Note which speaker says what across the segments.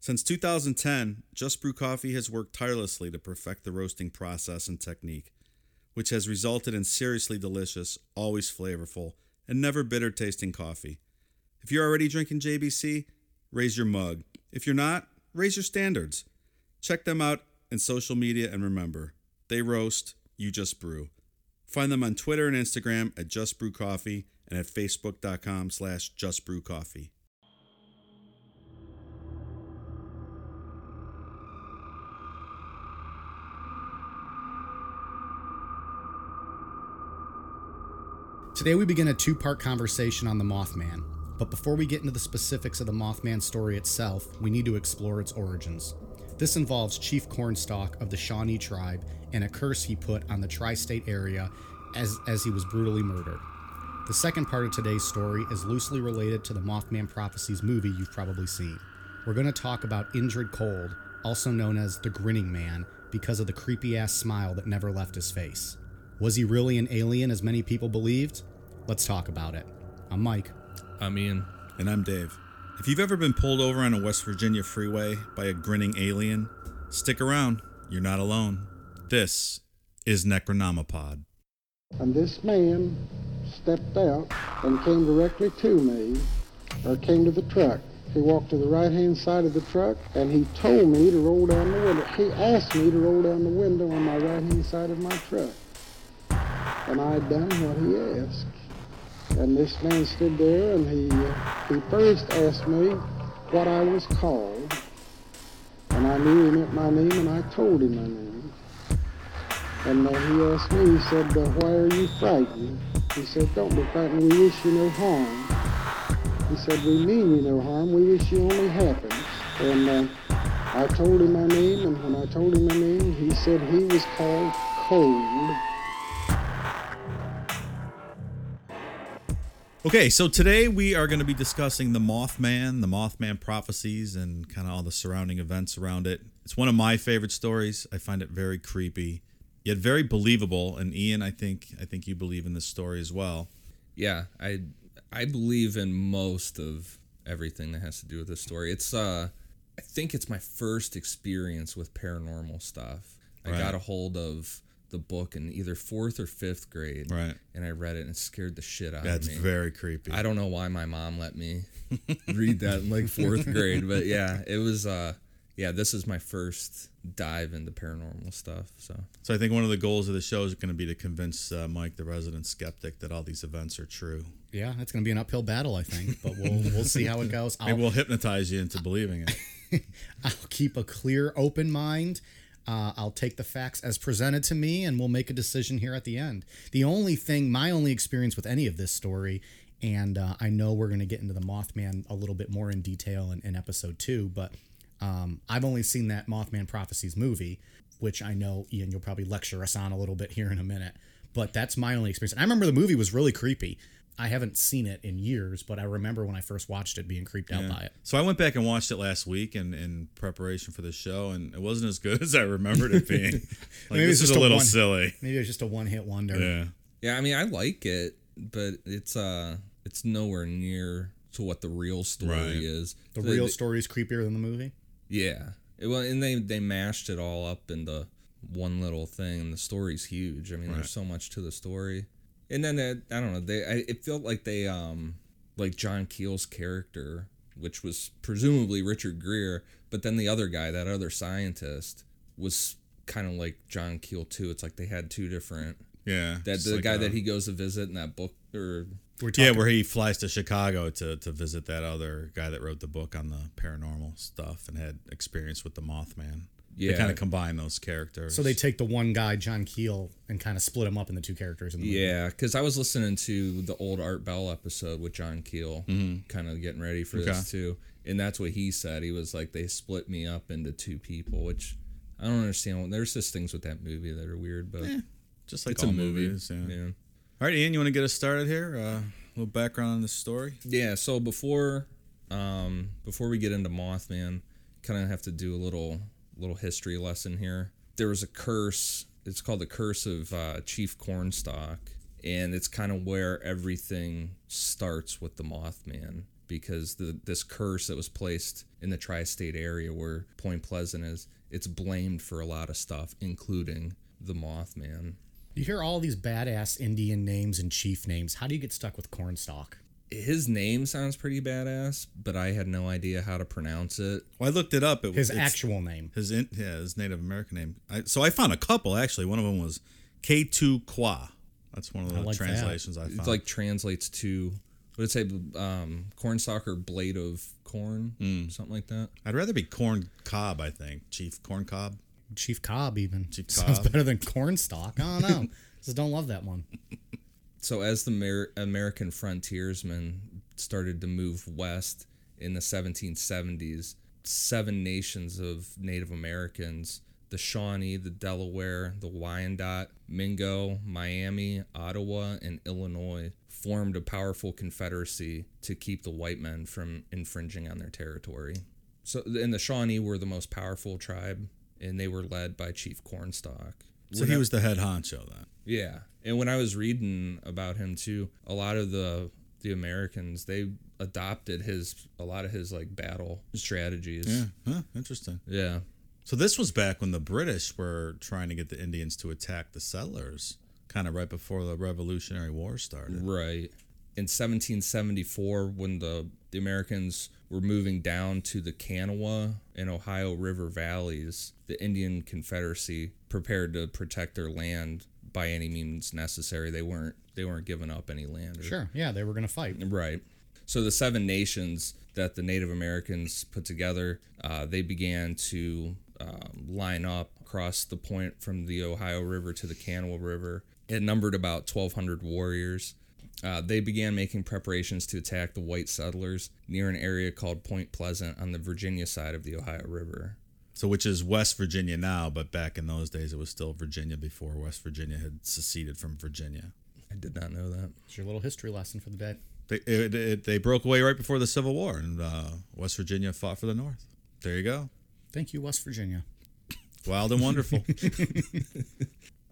Speaker 1: Since 2010, Just Brew Coffee has worked tirelessly to perfect the roasting process and technique, which has resulted in seriously delicious, always flavorful, and never bitter tasting coffee. If you're already drinking JBC, raise your mug. If you're not, raise your standards. Check them out in social media and remember, they roast, you just brew. Find them on Twitter and Instagram at Just Brew Coffee and at facebook.com slash Just Brew Coffee.
Speaker 2: Today we begin a two part conversation on the Mothman. But before we get into the specifics of the Mothman story itself, we need to explore its origins. This involves Chief Cornstalk of the Shawnee tribe and a curse he put on the tri state area as, as he was brutally murdered. The second part of today's story is loosely related to the Mothman Prophecies movie you've probably seen. We're going to talk about Indrid Cold, also known as the Grinning Man, because of the creepy ass smile that never left his face. Was he really an alien as many people believed? Let's talk about it. I'm Mike.
Speaker 3: I'm Ian.
Speaker 1: And I'm Dave. If you've ever been pulled over on a West Virginia freeway by a grinning alien, stick around. You're not alone. This is Necronomipod.
Speaker 4: And this man stepped out and came directly to me, or came to the truck. He walked to the right-hand side of the truck, and he told me to roll down the window. He asked me to roll down the window on my right-hand side of my truck. And I done what he asked. And this man stood there, and he, he first asked me what I was called. And I knew he meant my name, and I told him my name. And uh, he asked me, he said, uh, why are you frightened? He said, don't be frightened. We wish you no harm. He said, we mean you no harm. We wish you only happiness. And uh, I told him my name, and when I told him my name, he said he was called Cold.
Speaker 1: Okay, so today we are going to be discussing the Mothman, the Mothman prophecies, and kind of all the surrounding events around it. It's one of my favorite stories. I find it very creepy, yet very believable. And Ian, I think I think you believe in this story as well.
Speaker 3: Yeah, I I believe in most of everything that has to do with this story. It's uh, I think it's my first experience with paranormal stuff. I
Speaker 1: Right.
Speaker 3: got a hold of the book in either fourth or fifth grade,
Speaker 1: Right.
Speaker 3: And I read it and it scared the shit out
Speaker 1: That's
Speaker 3: of me.
Speaker 1: very creepy.
Speaker 3: I don't know why my mom let me read that in like fourth grade, but yeah, it was uh yeah, this is my first dive into paranormal stuff. So
Speaker 1: So I think one of the goals of the show is going to be to convince uh, Mike, the resident skeptic, that all these events are true.
Speaker 2: Yeah, it's going to be an uphill battle, I think, but we'll we'll see how it goes.
Speaker 1: Maybe
Speaker 2: I'll,
Speaker 1: we'll hypnotize you into believing it.
Speaker 2: I'll keep a clear, open mind. Uh, I'll take the facts as presented to me, and we'll make a decision here at the end. The only thing, my only experience with any of this story, and uh, I know we're going to get into the Mothman a little bit more in detail in, in episode two, but um, I've only seen that Mothman Prophecies movie, which I know, Ian, you'll probably lecture us on a little bit here in a minute. But that's my only experience. And I remember the movie was really creepy. I haven't seen it in years, but I remember when I first watched it being creeped out by it.
Speaker 1: So I went back and watched it last week in, in preparation for the show, and it wasn't as good as I remembered it being. like,
Speaker 2: Maybe
Speaker 1: this is
Speaker 2: it's just
Speaker 1: a
Speaker 2: a
Speaker 1: little
Speaker 2: one-
Speaker 1: silly.
Speaker 2: Maybe it was just a one hit wonder.
Speaker 1: Yeah.
Speaker 3: yeah, I mean I like it, but it's uh it's nowhere near to what the real story
Speaker 1: Right.
Speaker 3: is.
Speaker 2: The
Speaker 3: They-
Speaker 2: real
Speaker 3: they-
Speaker 2: story is creepier than the movie.
Speaker 3: Yeah. It- Well, and they they mashed it all up into one little thing, and the story's huge. I mean,
Speaker 1: Right.
Speaker 3: there's so much to the story. And then uh, I don't know. They I, it felt like they um like John Keel's character, which was presumably Richard Greer, but then the other guy, that other scientist, was kind of like John Keel too. It's like they had two different.
Speaker 1: Yeah.
Speaker 3: That
Speaker 1: Just
Speaker 3: the
Speaker 1: like
Speaker 3: guy
Speaker 1: a-
Speaker 3: that he goes to visit in that book or
Speaker 2: We're talking,
Speaker 1: Yeah, where he flies to Chicago to, to visit that other guy that wrote the book on the paranormal stuff and had experience with the Mothman. They
Speaker 3: Yeah.
Speaker 1: kind of combine those characters.
Speaker 2: so they take the one guy, John Keel, and kind of split him up into two characters.
Speaker 1: Mm-hmm.
Speaker 2: In the movie.
Speaker 3: Yeah, because I was listening to the old Art Bell episode with John Keel, kind of getting ready for
Speaker 1: Mm-hmm. Okay.
Speaker 3: this too, and that's what he said. He was like, "They split me up into two people," which I don't understand. what- There's just things with that movie that are weird, but
Speaker 1: Eh, just like
Speaker 3: it's
Speaker 1: all
Speaker 3: a movie.
Speaker 1: movies. Yeah.
Speaker 3: yeah.
Speaker 1: All right, Ian, you want to get us started here? Uh, a little background on this story.
Speaker 3: Yeah, so before um before we get into Mothman, kind of have to do a little little history lesson here. There was a curse. It's called the curse of uh, Chief Cornstalk, and it's kind of where everything starts with the Mothman because the this curse that was placed in the tri-state area where Point Pleasant is, it's blamed for a lot of stuff, including the Mothman.
Speaker 2: You hear all these badass Indian names and chief names. How do you get stuck with cornstalk?
Speaker 3: His name sounds pretty badass, but I had no idea how to pronounce it.
Speaker 1: Well, I looked it up. It,
Speaker 2: His
Speaker 1: it's-
Speaker 2: actual name.
Speaker 1: his in, yeah, his Native American name. I, so I found a couple actually. One of them was K2 Kwa. That's one of the
Speaker 2: like that.
Speaker 1: translations I found.
Speaker 3: It's like translates to what did it say? Um, corn stalk or blade of corn, something like that.
Speaker 1: I'd rather be Corn Cob. I think Chief Corn Cob.
Speaker 2: Chief Cobb even.
Speaker 1: Chief
Speaker 2: Sounds
Speaker 1: Cobb.
Speaker 2: better than cornstalk. I don't know. Just don't love that one.
Speaker 3: So as the Mer- American frontiersmen started to move west in the 1770s, seven nations of Native Americans. The Shawnee, the Delaware, the Wyandot, Mingo, Miami, Ottawa, and Illinois formed a powerful confederacy to keep the white men from infringing on their territory. So, and the Shawnee were the most powerful tribe, and they were led by Chief Cornstalk.
Speaker 1: So he was the head honcho then.
Speaker 3: Yeah, and when I was reading about him too, a lot of the the Americans they adopted his a lot of his like battle strategies.
Speaker 1: Yeah. Huh. Interesting.
Speaker 3: Yeah.
Speaker 1: So this was back when the British were trying to get the Indians to attack the settlers, kind of right before the Revolutionary War started.
Speaker 3: Right. In 1774, when the, the Americans were moving down to the Kanawha and Ohio River valleys, the Indian Confederacy prepared to protect their land by any means necessary. They weren't they weren't giving up any land. or-
Speaker 2: Sure. Yeah, they were gonna fight.
Speaker 3: Right. So the seven nations that the Native Americans put together, uh, they began to um, line up across the point from the Ohio River to the Kanawha River. It numbered about 1,200 warriors. Uh, they began making preparations to attack the white settlers near an area called Point Pleasant on the Virginia side of the Ohio River.
Speaker 1: So which is West Virginia now, but back in those days it was still Virginia before West Virginia had seceded from Virginia.
Speaker 3: I did not know that.
Speaker 2: It's your little history lesson for the day.
Speaker 1: They it, it, they broke away right before the Civil War, and uh, West Virginia fought for the North. There you go.
Speaker 2: Thank you, West Virginia.
Speaker 1: Wild and wonderful.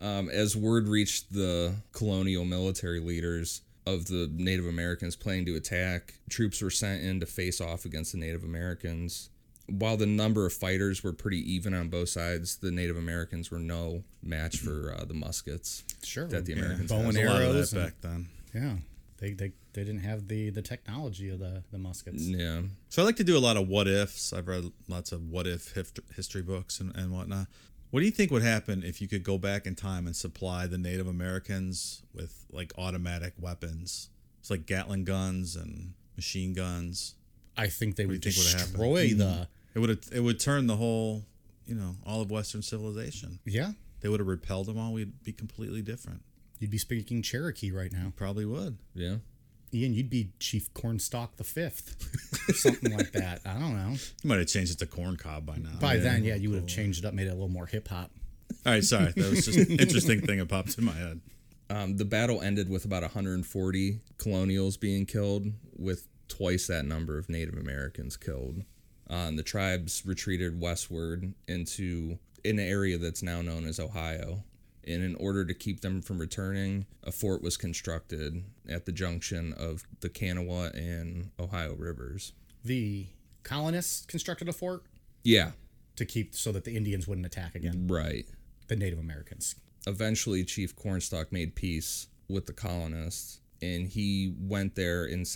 Speaker 3: Um, as word reached the colonial military leaders of the Native Americans planning to attack, troops were sent in to face off against the Native Americans. While the number of fighters were pretty even on both sides, the Native Americans were no match for uh, the muskets
Speaker 2: Sure.
Speaker 3: that the Americans
Speaker 2: Bow
Speaker 3: had.
Speaker 1: There's
Speaker 2: and
Speaker 1: a lot of
Speaker 2: arrows
Speaker 1: that
Speaker 2: and-
Speaker 1: back then.
Speaker 2: Yeah. They, they, they didn't have the, the technology of the, the muskets.
Speaker 3: Yeah.
Speaker 1: So I like to do a lot of what ifs. I've read lots of what if hif- history books and, and whatnot. What do you think would happen if you could go back in time and supply the Native Americans with like automatic weapons? It's like Gatling guns and machine guns.
Speaker 2: I think they would
Speaker 1: do you think would happen?
Speaker 2: destroy the
Speaker 1: It would it would turn the whole, you know, all of Western civilization.
Speaker 2: Yeah.
Speaker 1: They would have repelled them all. We'd be completely different.
Speaker 2: You'd be speaking Cherokee right now.
Speaker 1: Probably would.
Speaker 3: Yeah.
Speaker 2: Ian, you'd be Chief Cornstalk the Fifth. Something like that. I don't know.
Speaker 1: You might have changed it to corn cob by now.
Speaker 2: By then, yeah, you would have changed it up, made it a little more hip hop.
Speaker 1: All right, sorry. That was just an interesting thing that popped in my head.
Speaker 3: Um, the battle ended with about 140 colonials being killed, with twice that number of Native Americans killed. Uh, and the tribes retreated westward into an area that's now known as Ohio. And in order to keep them from returning, a fort was constructed at the junction of the Kanawha and Ohio rivers.
Speaker 2: The colonists constructed a fort
Speaker 3: Yeah,
Speaker 2: to keep so that the Indians wouldn't attack again,
Speaker 3: right.
Speaker 2: the Native Americans.
Speaker 3: eventually Chief Cornstalk made peace with the colonists and he went there in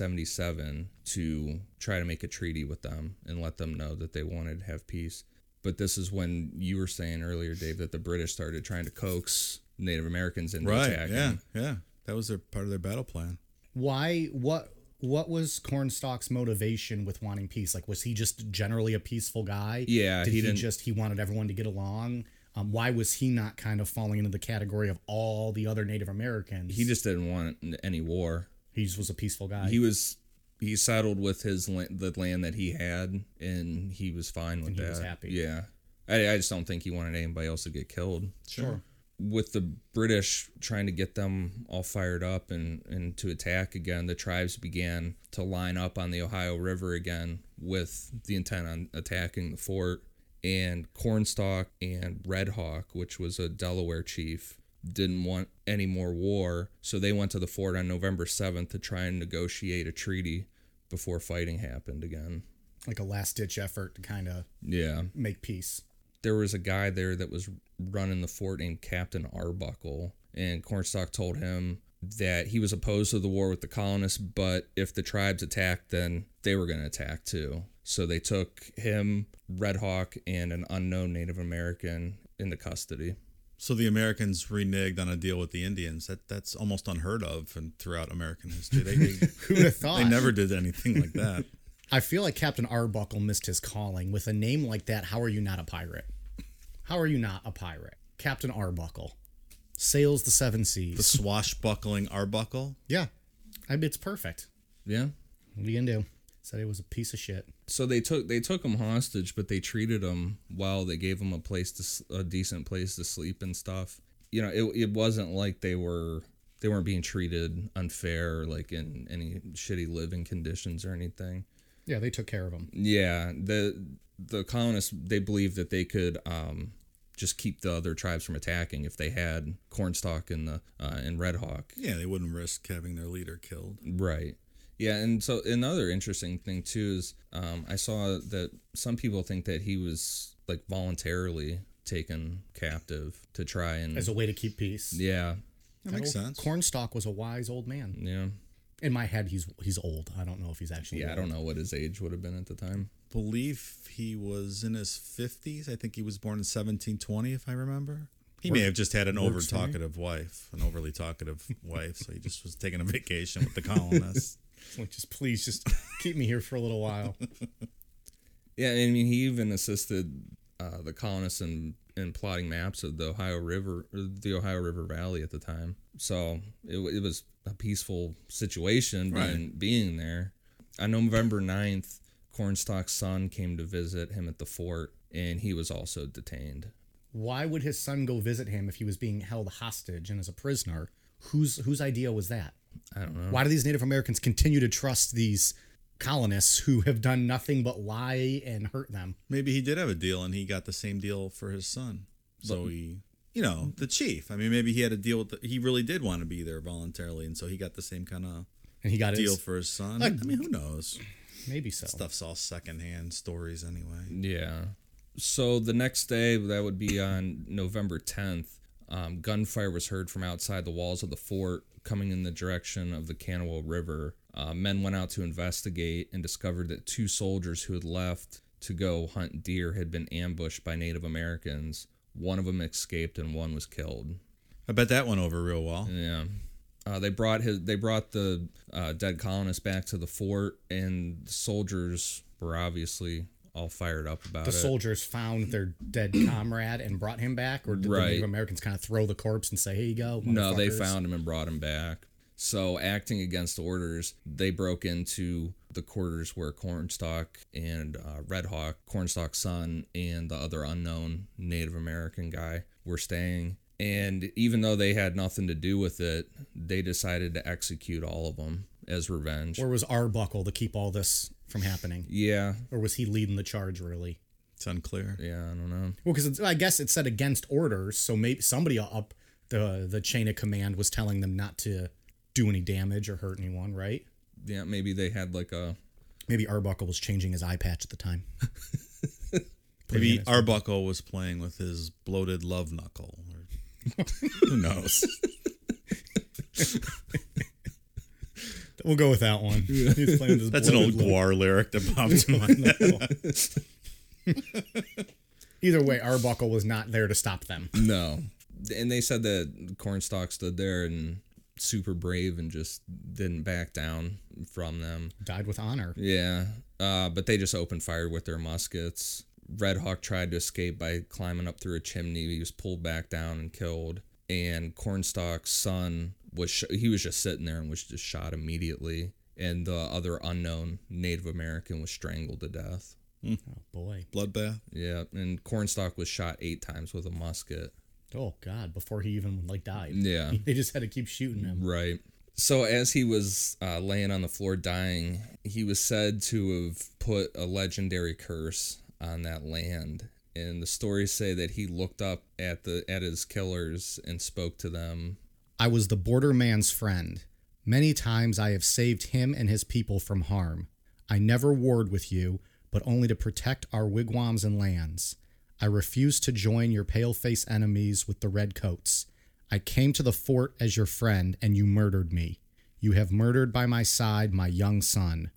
Speaker 3: 1777 to try to make a treaty with them and let them know that they wanted to have peace. But this is when you were saying earlier, Dave, that the British started trying to coax Native Americans into
Speaker 1: Right.
Speaker 3: attacking.
Speaker 1: Yeah. Yeah. That was their part of their battle plan.
Speaker 2: Why? What? What was Cornstalk's motivation with wanting peace? Like, was he just generally a peaceful guy?
Speaker 3: Yeah,
Speaker 2: Did
Speaker 3: he
Speaker 2: he,
Speaker 3: didn't-
Speaker 2: just he wanted everyone to get along? Um, why was he not kind of falling into the category of all the other Native Americans?
Speaker 3: He just didn't want any war.
Speaker 2: he just was a peaceful guy.
Speaker 3: He was he settled with his land, the land that he had, and he was fine
Speaker 2: he
Speaker 3: with that.
Speaker 2: was happy.
Speaker 3: Yeah, I, I just don't think he wanted anybody else to get killed.
Speaker 5: Sure.
Speaker 3: With the British trying to get them all fired up and, and to attack again, the tribes began to line up on the Ohio River again with the intent on attacking the fort. And Cornstalk and Red Hawk, which was a Delaware chief, didn't want any more war, so they went to the fort on November 7th to try and negotiate a treaty before fighting happened again.
Speaker 2: Like a last ditch effort to kind of
Speaker 3: Yeah.
Speaker 2: make peace.
Speaker 3: there was a guy there that was running the fort named Captain Arbuckle, and Cornstalk told him that he was opposed to the war with the colonists, but if the tribes attacked, then they were going to attack too. So they took him, Red Hawk, and an unknown Native American into custody.
Speaker 1: So the Americans reneged on a deal with the Indians. That that's almost unheard of and throughout American history. They they,
Speaker 2: Who'd have thought?
Speaker 1: they never did anything like that.
Speaker 2: I feel like Captain Arbuckle missed his calling. With a name like that, how are you not a pirate? How are you not a pirate? Captain Arbuckle sails the seven
Speaker 1: The
Speaker 2: seas.
Speaker 1: swashbuckling Arbuckle.
Speaker 2: Yeah, I mean, it's perfect.
Speaker 3: Yeah.
Speaker 2: What are you gonna do? Said it was a piece of shit.
Speaker 3: So they took they took him hostage, but they treated him well. They gave him a place to s- a decent place to sleep and stuff. You know, it, it wasn't like they were they weren't being treated unfair, or like in any shitty living conditions or anything.
Speaker 2: Yeah, they took care of him.
Speaker 3: Yeah, the the colonists they believed that they could um, just keep the other tribes from attacking if they had Cornstalk and the uh, and Red Hawk.
Speaker 1: Yeah, they wouldn't risk having their leader killed.
Speaker 3: Right. Yeah, and so another interesting thing too is um, I saw that some people think that he was like voluntarily taken captive to try and
Speaker 2: As a way to keep peace.
Speaker 3: yeah
Speaker 1: That makes
Speaker 2: Old
Speaker 1: sense.
Speaker 2: Cornstalk was a wise old man.
Speaker 3: yeah
Speaker 2: In my head, he's he's old. I don't know if he's actually.
Speaker 3: yeah I
Speaker 2: old.
Speaker 3: don't know what his age would have been at the time.
Speaker 1: Believe he was in his fifties. I think he was born in 1720, if I remember. He may have just had an over
Speaker 2: works for me.
Speaker 1: talkative wife, an overly talkative wife, so he just was taking a vacation with the colonists.
Speaker 2: Like, just please, just keep me here for a little while.
Speaker 3: Yeah, I mean he even assisted uh, the colonists in in plotting maps of the Ohio River the Ohio River Valley at the time. So it, wa- it was a peaceful situation being, being there. On November 9th, Cornstalk's son came to visit him at the fort, and he was also detained.
Speaker 2: Why would his son go visit him if he was being held hostage and as a prisoner? Whose whose idea was that?
Speaker 3: I don't know.
Speaker 2: Why do these Native Americans continue to trust these colonists who have done nothing but lie and hurt them?
Speaker 1: Maybe he did have a deal and he got the same deal for his son. So he, you know, the chief. I mean, maybe he had a deal with, the, he really did want to be there voluntarily. And so he got the same kind of
Speaker 2: And he got
Speaker 1: deal
Speaker 2: his
Speaker 1: for his son. I mean, who knows?
Speaker 2: maybe so.
Speaker 1: Stuff's all secondhand stories anyway.
Speaker 3: Yeah. So the next day, that would be on November 10th, um, gunfire was heard from outside the walls of the fort coming in the direction of the Cannibal River. Uh, men went out to investigate and discovered that two soldiers who had left to go hunt deer had been ambushed by Native Americans. One of them escaped and one was killed.
Speaker 1: I bet that went over real well.
Speaker 3: Yeah. Uh, they brought his. They brought the uh, dead colonists back to the fort, and the soldiers were obviously all fired up about
Speaker 2: The
Speaker 3: it.
Speaker 2: soldiers found their dead comrade and brought him back, or did the
Speaker 3: Right.
Speaker 2: Native Americans kind of throw the corpse and say, "Here you go"?
Speaker 3: No, they
Speaker 2: motherfuckers"?
Speaker 3: found him and brought him back. So, acting against orders, they broke into the quarters where Cornstalk and uh, Red Hawk, Cornstalk's son, and the other unknown Native American guy were staying. And even though they had nothing to do with it, they decided to execute all of them as revenge.
Speaker 2: Where was Arbuckle to keep all this from happening,
Speaker 3: yeah,
Speaker 2: or was he leading the charge really?
Speaker 1: It's unclear.
Speaker 3: yeah, I don't know.
Speaker 2: Well, because I guess it said against orders, so maybe somebody up the the chain of command was telling them not to do any damage or hurt anyone, right?
Speaker 3: Yeah, maybe they had like a
Speaker 2: Maybe Arbuckle was changing his eye patch at the time.
Speaker 1: Maybe Arbuckle was playing with his bloated love knuckle. Or, who knows?
Speaker 2: We'll go with that one. He's playing with his
Speaker 1: That's an old
Speaker 2: bloated lip.
Speaker 1: Guar lyric that popped to mind.
Speaker 2: Either way, Arbuckle was not there to stop them.
Speaker 3: No. And they said that Cornstalk stood there and super brave and just didn't back down from them.
Speaker 2: Died with honor.
Speaker 3: Yeah. Uh, but they just opened fire with their muskets. Red Hawk tried to escape by climbing up through a chimney. He was pulled back down and killed. And Cornstalk's son was sh- he was just sitting there and was just shot immediately. And the other unknown Native American was strangled to death.
Speaker 2: Oh boy.
Speaker 5: Bloodbath.
Speaker 3: Yeah, and Cornstalk was shot eight times with a musket.
Speaker 2: Oh god. Before he even like died.
Speaker 3: Yeah.
Speaker 2: They just had to keep shooting him.
Speaker 3: Right. So as he was uh, laying on the floor dying, he was said to have put a legendary curse on that land. And the stories say that he looked up at the at his killers and spoke to them.
Speaker 2: I was the border man's friend. Many times I have saved him and his people from harm. I never warred with you, but only to protect our wigwams and lands. I refused to join your paleface enemies with the red coats. I came to the fort as your friend, and you murdered me. You have murdered by my side my young son.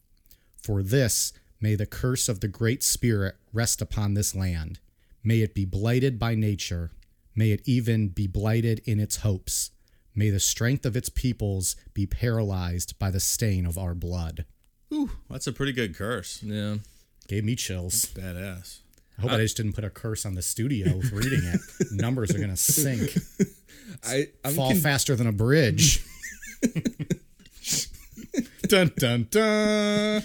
Speaker 2: For this, may the curse of the Great Spirit rest upon this land. May it be blighted by nature. May it even be blighted in its hopes. May the strength of its peoples be paralyzed by the stain of our blood.
Speaker 1: Ooh, that's a pretty good curse.
Speaker 3: Yeah.
Speaker 2: Gave me chills.
Speaker 1: Badass. Uh,
Speaker 2: I hope I just didn't put a curse on the studio with reading it. Numbers are going to sink,
Speaker 3: I I'm
Speaker 2: fall
Speaker 3: con-
Speaker 2: faster than a bridge. dun, dun, dun.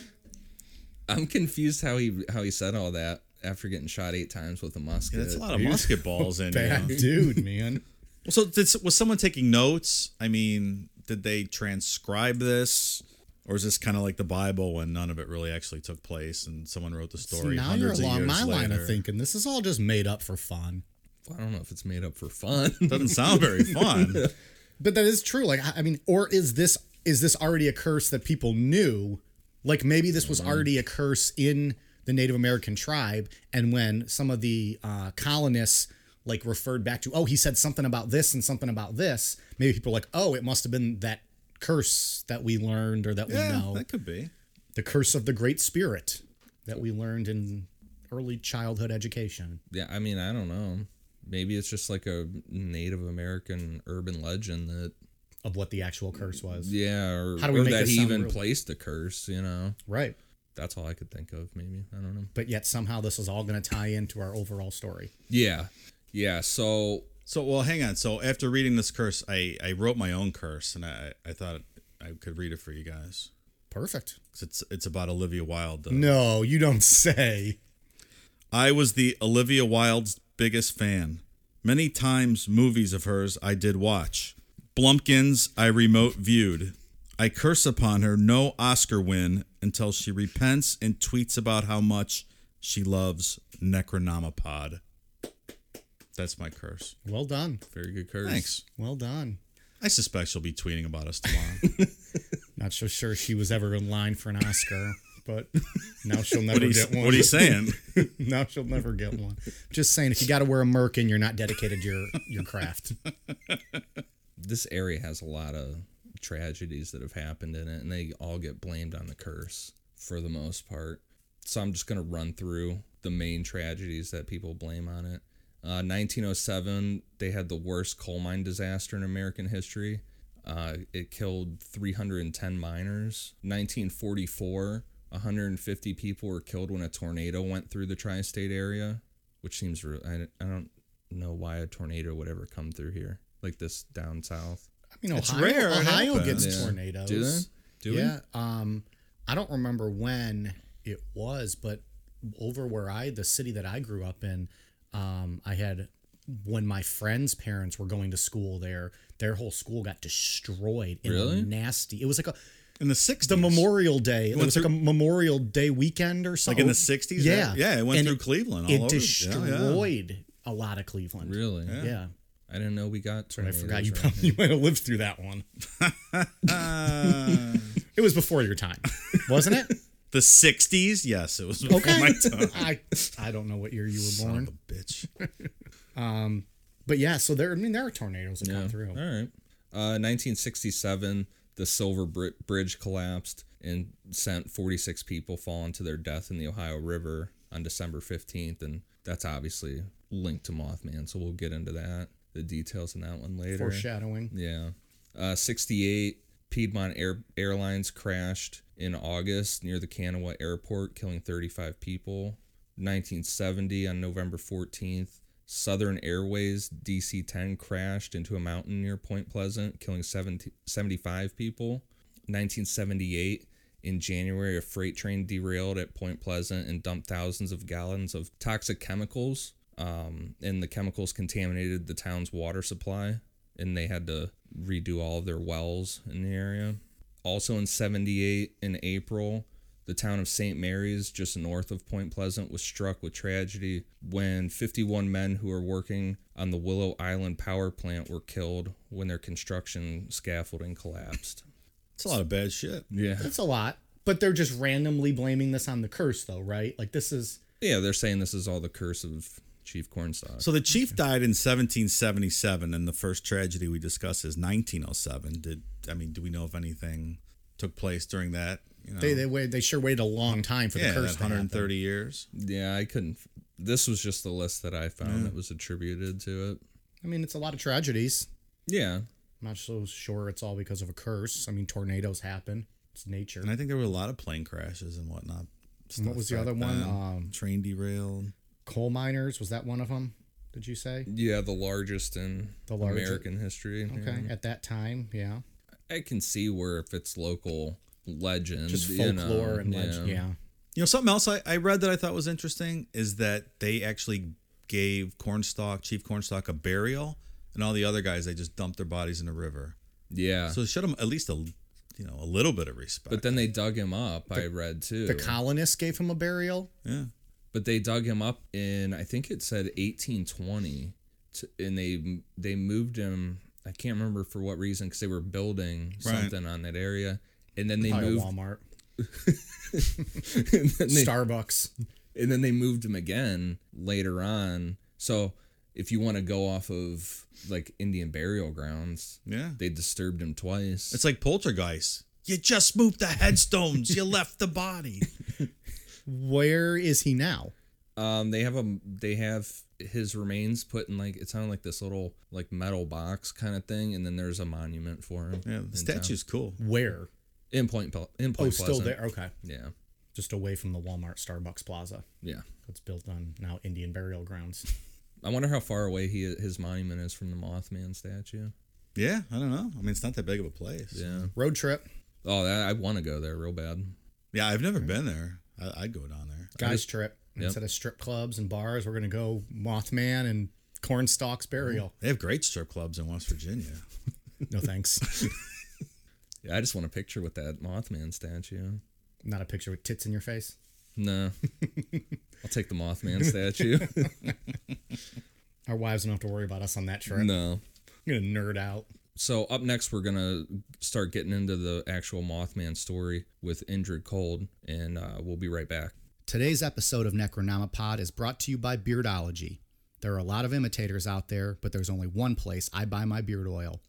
Speaker 3: I'm confused how he how he said all that after getting shot eight times with a musket.
Speaker 1: Yeah, that's a lot of musket balls in here.
Speaker 2: Bad dude, man.
Speaker 1: Well, So did, was someone taking notes? I mean, did they transcribe this? Or is this kind of like the Bible when none of it really actually took place and someone wrote the
Speaker 2: See,
Speaker 1: story
Speaker 2: now you're
Speaker 1: hundreds of
Speaker 2: along
Speaker 1: years
Speaker 2: my line of
Speaker 1: later?
Speaker 2: thinking. This is all just made up for fun.
Speaker 3: I don't know if it's made up for fun.
Speaker 1: Doesn't sound very fun.
Speaker 2: But that is true. Like I I mean, or is this is this already a curse that people knew? Like maybe this
Speaker 1: Mm-hmm.
Speaker 2: was already a curse in the Native American tribe, and when some of the uh, colonists like referred back to, oh, he said something about this and something about this. Maybe people are like, oh, it must have been that curse that we learned or that we
Speaker 1: yeah,
Speaker 2: know,
Speaker 1: that could be.
Speaker 2: the curse of the Great Spirit that we learned in early childhood education.
Speaker 3: yeah, I mean, I don't know. Maybe it's just like a Native American urban legend that
Speaker 2: Of what the actual curse was,
Speaker 3: yeah, or,
Speaker 2: How do we
Speaker 3: or
Speaker 2: make
Speaker 3: that
Speaker 2: this
Speaker 3: he
Speaker 2: sound
Speaker 3: even
Speaker 2: real?
Speaker 3: placed the curse. You know,
Speaker 2: right?
Speaker 3: that's all I could think of. Maybe I don't know.
Speaker 2: But yet somehow this is all going to tie into our overall story.
Speaker 3: Yeah, yeah. So
Speaker 1: So, well, hang on. So after reading this curse, I, I wrote my own curse and I, I thought I could read it for you guys.
Speaker 2: Perfect.
Speaker 1: 'Cause It's, it's about Olivia Wilde, though.
Speaker 2: No, you don't say.
Speaker 1: I was the Olivia Wilde's biggest fan. Many times movies of hers I did watch. Blumpkins I remote viewed. I curse upon her no Oscar win until she repents and tweets about how much she loves Necronomipod. That's my curse.
Speaker 2: Well done.
Speaker 3: very good curse.
Speaker 1: Thanks.
Speaker 2: Well done.
Speaker 1: I suspect she'll be tweeting about us tomorrow.
Speaker 2: Not so sure she was ever in line for an Oscar, but now she'll never
Speaker 1: what, are you,
Speaker 2: get one.
Speaker 1: what are you saying?
Speaker 2: Now she'll never get one. Just saying, if you got to wear a merkin, you're not dedicated to your your craft.
Speaker 3: This area has a lot of tragedies that have happened in it, and they all get blamed on the curse for the most part. So I'm just gonna run through the main tragedies that people blame on it. Uh, 1907, they had the worst coal mine disaster in American history. Uh, it killed 310 miners. 1944, 150 people were killed when a tornado went through the tri-state area, which seems real. I, I don't know why a tornado would ever come through here like this down south.
Speaker 2: I mean, Ohio,
Speaker 1: rare, it
Speaker 2: Ohio
Speaker 1: happens.
Speaker 2: gets
Speaker 3: Yeah.
Speaker 2: tornadoes.
Speaker 3: Do they? Do we?
Speaker 2: yeah. Um, I don't remember when it was, but over where I, the city that I grew up in, um, I had when my friends' parents were going to school there, their whole school got destroyed. In a
Speaker 3: Really?
Speaker 2: nasty. It was like a
Speaker 1: In the 60s.
Speaker 2: the Memorial Day. It
Speaker 1: went
Speaker 2: was like a Memorial Day weekend or
Speaker 1: Like
Speaker 2: something.
Speaker 1: in the 60s?
Speaker 2: Oh, Yeah.
Speaker 1: Yeah, it went
Speaker 2: And
Speaker 1: through Cleveland all
Speaker 2: it
Speaker 1: over.
Speaker 2: destroyed
Speaker 1: Yeah, yeah.
Speaker 2: a lot of Cleveland.
Speaker 3: Really?
Speaker 2: Yeah.
Speaker 3: I didn't know we got
Speaker 2: I
Speaker 3: tornadoes.
Speaker 2: forgot you
Speaker 3: around
Speaker 2: probably you might have lived through that one. it was before your time, wasn't it?
Speaker 1: The 60s? Yes, it was before
Speaker 2: Okay.
Speaker 1: my time.
Speaker 2: I I don't know what year you were
Speaker 1: Son
Speaker 2: born,
Speaker 1: of a bitch.
Speaker 2: but yeah. So there, I mean, there are tornadoes that come
Speaker 3: All
Speaker 2: through.
Speaker 3: right. Uh, 1967, the Silver Bri- Bridge collapsed and sent 46 people falling to their death in the Ohio River on December 15th. And that's obviously linked to Mothman. So we'll get into that, the details in that one later.
Speaker 2: Foreshadowing.
Speaker 3: Yeah. Uh, 68, Piedmont Air- Airlines crashed in August near the Kanawha airport, killing 35 people. 1970, on November 14th, Southern Airways DC 10 crashed into a mountain near Point Pleasant, killing 70, 75 people. 1978, In January, a freight train derailed at Point Pleasant and dumped thousands of gallons of toxic chemicals. Um, and the chemicals contaminated the town's water supply, and they had to redo all of their wells in the area. Also in 78, in April, the town of St. Mary's, just north of Point Pleasant, was struck with tragedy when 51 men who were working on the Willow Island power plant were killed when their construction scaffolding collapsed.
Speaker 1: It's a lot of bad shit.
Speaker 3: Yeah.
Speaker 2: That's a lot. But they're just randomly blaming this on the curse, though, right? Like, this is.
Speaker 3: Yeah, they're saying this is all the curse of Chief Cornstalk.
Speaker 1: So the chief died in 1777, and the first tragedy we discuss is 1907. Did I mean? Do we know if anything took place during that? You know,
Speaker 2: They, they, wait, they sure waited a long time for
Speaker 1: Oh. yeah,
Speaker 2: the
Speaker 1: that
Speaker 2: curse. to happen.
Speaker 1: 130 years.
Speaker 3: yeah, I couldn't. This was just the list that I found that was attributed to it.
Speaker 2: I mean, it's a lot of tragedies.
Speaker 3: Yeah.
Speaker 2: I'm not so sure it's all because of a curse. I mean, tornadoes happen, it's nature.
Speaker 1: And I think there were a lot of plane crashes and whatnot.
Speaker 2: And what was the
Speaker 1: back
Speaker 2: other one?
Speaker 1: then.
Speaker 2: Um,
Speaker 1: Train derailed.
Speaker 2: coal miners, was that one of them? Did you say?
Speaker 3: Yeah, the largest in
Speaker 2: The larger-
Speaker 3: American history.
Speaker 2: Okay. At that time, yeah.
Speaker 3: I can see where if it's local legend,
Speaker 2: Just
Speaker 3: you know,
Speaker 2: folklore and legend. Yeah.
Speaker 1: You know, something else I, I read that I thought was interesting is that they actually gave Cornstalk, Chief Cornstalk, a burial, and all the other guys, they just dumped their bodies in the river.
Speaker 3: Yeah.
Speaker 1: So it showed them at least a, you know, a little bit of respect.
Speaker 3: Uh. but then they dug him up. I read too.
Speaker 2: The colonists gave him a burial.
Speaker 1: yeah.
Speaker 3: but they dug him up in I think it said 1820, to, and they they moved him. I can't remember for what reason because they were building
Speaker 1: Right.
Speaker 3: something on that area, and then they
Speaker 2: Probably
Speaker 3: moved
Speaker 2: Walmart,
Speaker 3: and then they,
Speaker 2: Starbucks.
Speaker 3: and then they moved him again later on. So if you want to go off of like Indian burial grounds,
Speaker 1: Yeah.
Speaker 3: they disturbed him twice.
Speaker 1: It's like poltergeist. You just moved the headstones. you left the body.
Speaker 2: Where is he now?
Speaker 3: Um, they have a they have his remains put in like it sounded like this little like metal box kind of thing, and then there's a monument for him.
Speaker 1: Yeah, the
Speaker 3: in
Speaker 1: statue's cool.
Speaker 2: Where?
Speaker 3: town. in Point Pel- in
Speaker 2: Oh,
Speaker 3: Point
Speaker 2: still
Speaker 3: Pleasant.
Speaker 2: there. Okay.
Speaker 3: Yeah,
Speaker 2: Just away from the Walmart Starbucks Plaza
Speaker 3: yeah.
Speaker 2: that's built on now Indian burial grounds.
Speaker 3: I wonder how far away he his monument is from the Mothman statue.
Speaker 1: Yeah, I don't know. I mean, it's not that big of a place.
Speaker 3: Yeah.
Speaker 2: Road trip.
Speaker 3: Oh, that, I want to go there real bad.
Speaker 1: Yeah, I've never been there. I, I'd go down there.
Speaker 2: Guys trip.
Speaker 3: Yep.
Speaker 2: Instead of strip clubs and bars, we're going to go Mothman and Cornstalk's burial.
Speaker 1: They have great strip clubs in West Virginia.
Speaker 2: No thanks.
Speaker 3: Yeah, I just want a picture with that Mothman statue.
Speaker 2: Not a picture with tits in your face.
Speaker 3: No, I'll take the Mothman statue.
Speaker 2: Our wives don't have to worry about us on that trip.
Speaker 3: no.
Speaker 2: I'm going to nerd out.
Speaker 3: So up next, we're gonna start getting into the actual Mothman story with Indrid Cold, and uh, we'll be right back.
Speaker 2: Today's episode of Necronomipod is brought to you by Beardology. There are a lot of imitators out there, but there's only one place I buy my beard oil.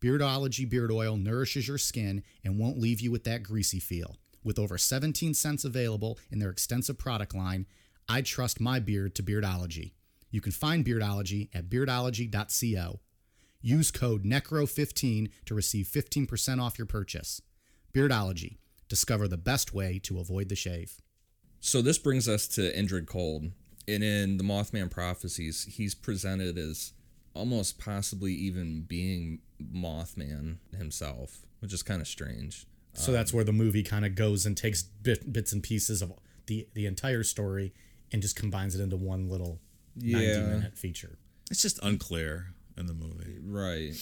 Speaker 2: Beardology beard oil nourishes your skin and won't leave you with that greasy feel. With over 17 cents available in their extensive product line, I trust my beard to Beardology. You can find Beardology at beardology.co. Use code NECRO15 to receive 15% off your purchase. Beardology. Discover the best way to avoid the shave.
Speaker 3: So this brings us to Indrid Cold, and in the Mothman prophecies, he's presented as almost possibly even being Mothman himself, which is kind of strange.
Speaker 2: So that's where the movie kind of goes and takes bit, bits and pieces of the the entire story and just combines it into one little 90
Speaker 3: Yeah.
Speaker 2: minute feature.
Speaker 1: It's just unclear in the movie.
Speaker 3: Right.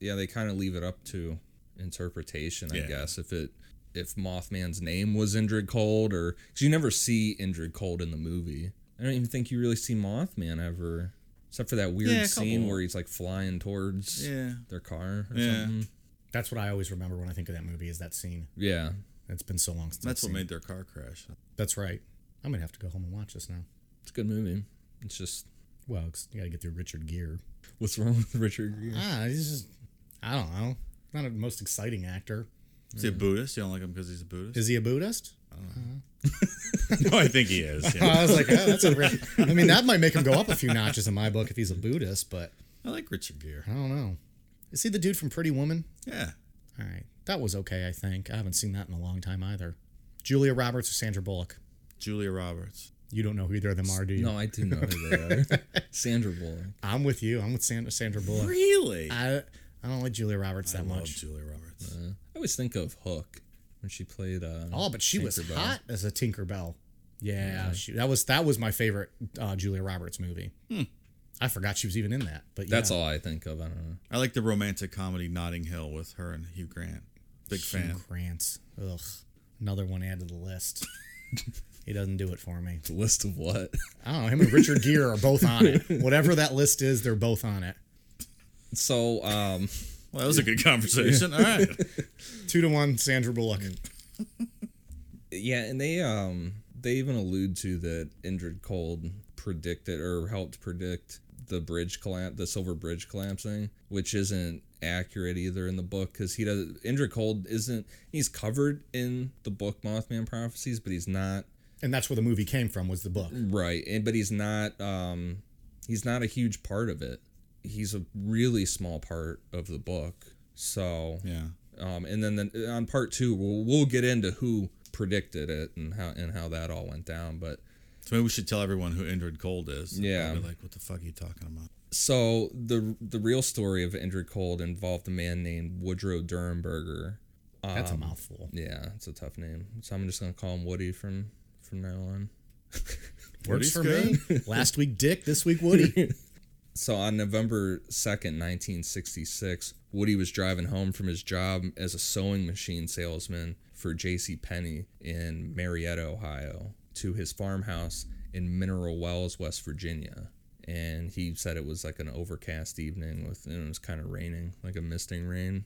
Speaker 3: Yeah, they kind of leave it up to interpretation, I
Speaker 1: Yeah.
Speaker 3: guess. If it if Mothman's name was Indrid Cold, or because you never see Indrid Cold in the movie. I don't even think you really see Mothman ever, except for that weird
Speaker 1: Yeah, a
Speaker 3: scene
Speaker 1: couple.
Speaker 3: where he's like flying towards
Speaker 1: Yeah.
Speaker 3: their car or
Speaker 1: Yeah.
Speaker 3: something.
Speaker 2: That's what I always remember when I think of that movie is that scene.
Speaker 3: Yeah.
Speaker 2: It's been so long since
Speaker 1: That's what
Speaker 2: I've seen
Speaker 1: made their car crash.
Speaker 2: it. That's right. I'm gonna have to go home and watch this now.
Speaker 3: It's a good movie. It's just
Speaker 2: Well, 'cause you gotta get through Richard Gere.
Speaker 3: what's wrong with Richard Gere?
Speaker 2: Ah, he's just I don't know. Not a most exciting actor.
Speaker 1: Is he a Buddhist? You don't like him because he's a Buddhist?
Speaker 2: Is he a Buddhist?
Speaker 1: no, I think he is. yeah.
Speaker 2: I was like, oh, that's a. Re- I mean, that might make him go up a few notches in my book if he's a Buddhist, but
Speaker 1: I like Richard Gere.
Speaker 2: I don't know. Is he the dude from Pretty Woman?
Speaker 1: Yeah.
Speaker 2: All right. That was okay, I think. I haven't seen that in a long time either. Julia Roberts or Sandra Bullock?
Speaker 1: Julia Roberts.
Speaker 2: You don't know who either of them are, do you?
Speaker 3: No, I do know who they are. Sandra Bullock.
Speaker 2: I'm with you. I'm with Sandra, Sandra Bullock.
Speaker 1: Really?
Speaker 2: I, I don't like Julia Roberts that
Speaker 1: I love
Speaker 2: much.
Speaker 1: Julia Roberts.
Speaker 3: I always think of Hook. when she played. Uh,
Speaker 2: Oh, but she was
Speaker 3: Tinkerbell.
Speaker 2: hot as a Tinkerbell. Yeah, she, that was that was my favorite uh, Julia Roberts movie. I forgot she was even in that. But
Speaker 3: That's
Speaker 2: yeah.
Speaker 3: all I think of. I don't know.
Speaker 1: I like the romantic comedy Notting Hill with her and Hugh Grant. Big fan.
Speaker 2: Grant. Ugh, another one added to the list. he doesn't do it for me.
Speaker 3: The list of what?
Speaker 2: I don't know. Him and Richard Gere are both on it. Whatever that list is, they're both on it.
Speaker 3: so, um,
Speaker 1: Well, that was a good conversation. All right.
Speaker 2: Two to one, Sandra Bullock.
Speaker 3: yeah, and they um they even allude to that Indrid Cold predicted or helped predict the bridge collapse, the Silver Bridge collapsing, which isn't accurate either in the book because he does. Indrid Cold isn't. He's covered in the book Mothman prophecies, but he's not
Speaker 2: And that's where the movie came from was the book.
Speaker 3: Right, and but he's not um he's not a huge part of it. He's a really small part of the book. So
Speaker 1: Yeah.
Speaker 3: um and then the, on part 2 we'll we'll get into who predicted it and how and how that all went down, but
Speaker 1: So maybe we should tell everyone who Indrid Cold is.
Speaker 3: Yeah.
Speaker 1: They'll be like, what the fuck are you talking about?
Speaker 3: so the the real story of Indra Cold involved a man named Woodrow Durenberger.
Speaker 2: That's a mouthful.
Speaker 3: Yeah, it's a tough name. So I'm just going to call him Woody from from now on.
Speaker 2: Works
Speaker 1: Woody's
Speaker 2: for me. Last week Dick, this week Woody.
Speaker 3: So on November 2nd, 1966, Woody was driving home from his job as a sewing machine salesman for J.C. Penney in Marietta, Ohio, to his farmhouse in Mineral Wells, West Virginia. And he said it was like an overcast evening with and it was kind of raining, like a misting rain.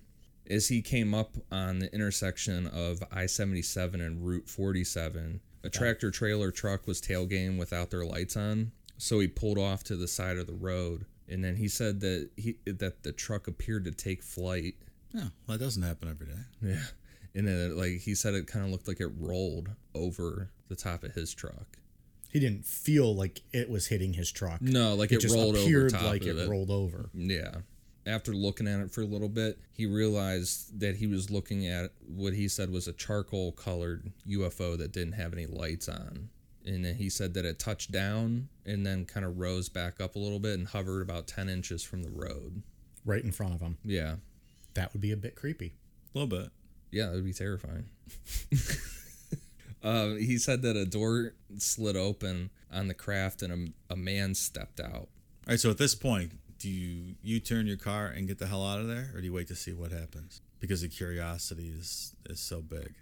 Speaker 3: As he came up on the intersection of I-77 and Route 47, a tractor trailer truck was tailgating without their lights on so he pulled off to the side of the road and then he said that he that the truck appeared to take flight
Speaker 1: Yeah. Well, that doesn't happen every day.
Speaker 3: yeah and then it, like he said it kind of looked like it rolled over the top of his truck
Speaker 2: he didn't feel like it was hitting his truck.
Speaker 3: no like it,
Speaker 2: it just
Speaker 3: rolled over
Speaker 2: appeared
Speaker 3: top
Speaker 2: like
Speaker 3: of
Speaker 2: it
Speaker 3: it
Speaker 2: rolled over.
Speaker 3: yeah after looking at it for a little bit he realized that he was looking at what he said was a charcoal colored ufo that didn't have any lights on and then he said that it touched down and then kind of rose back up a little bit and hovered about 10 inches from the road
Speaker 2: right in front of him.
Speaker 3: yeah
Speaker 2: That would be a bit creepy.
Speaker 1: A little bit.
Speaker 3: Yeah, it would be terrifying. uh, he said that a door slid open on the craft and a, a man stepped out.
Speaker 1: All right. So at this point, do you you turn your car and get the hell out of there, or do you wait to see what happens? Because the curiosity is is so big.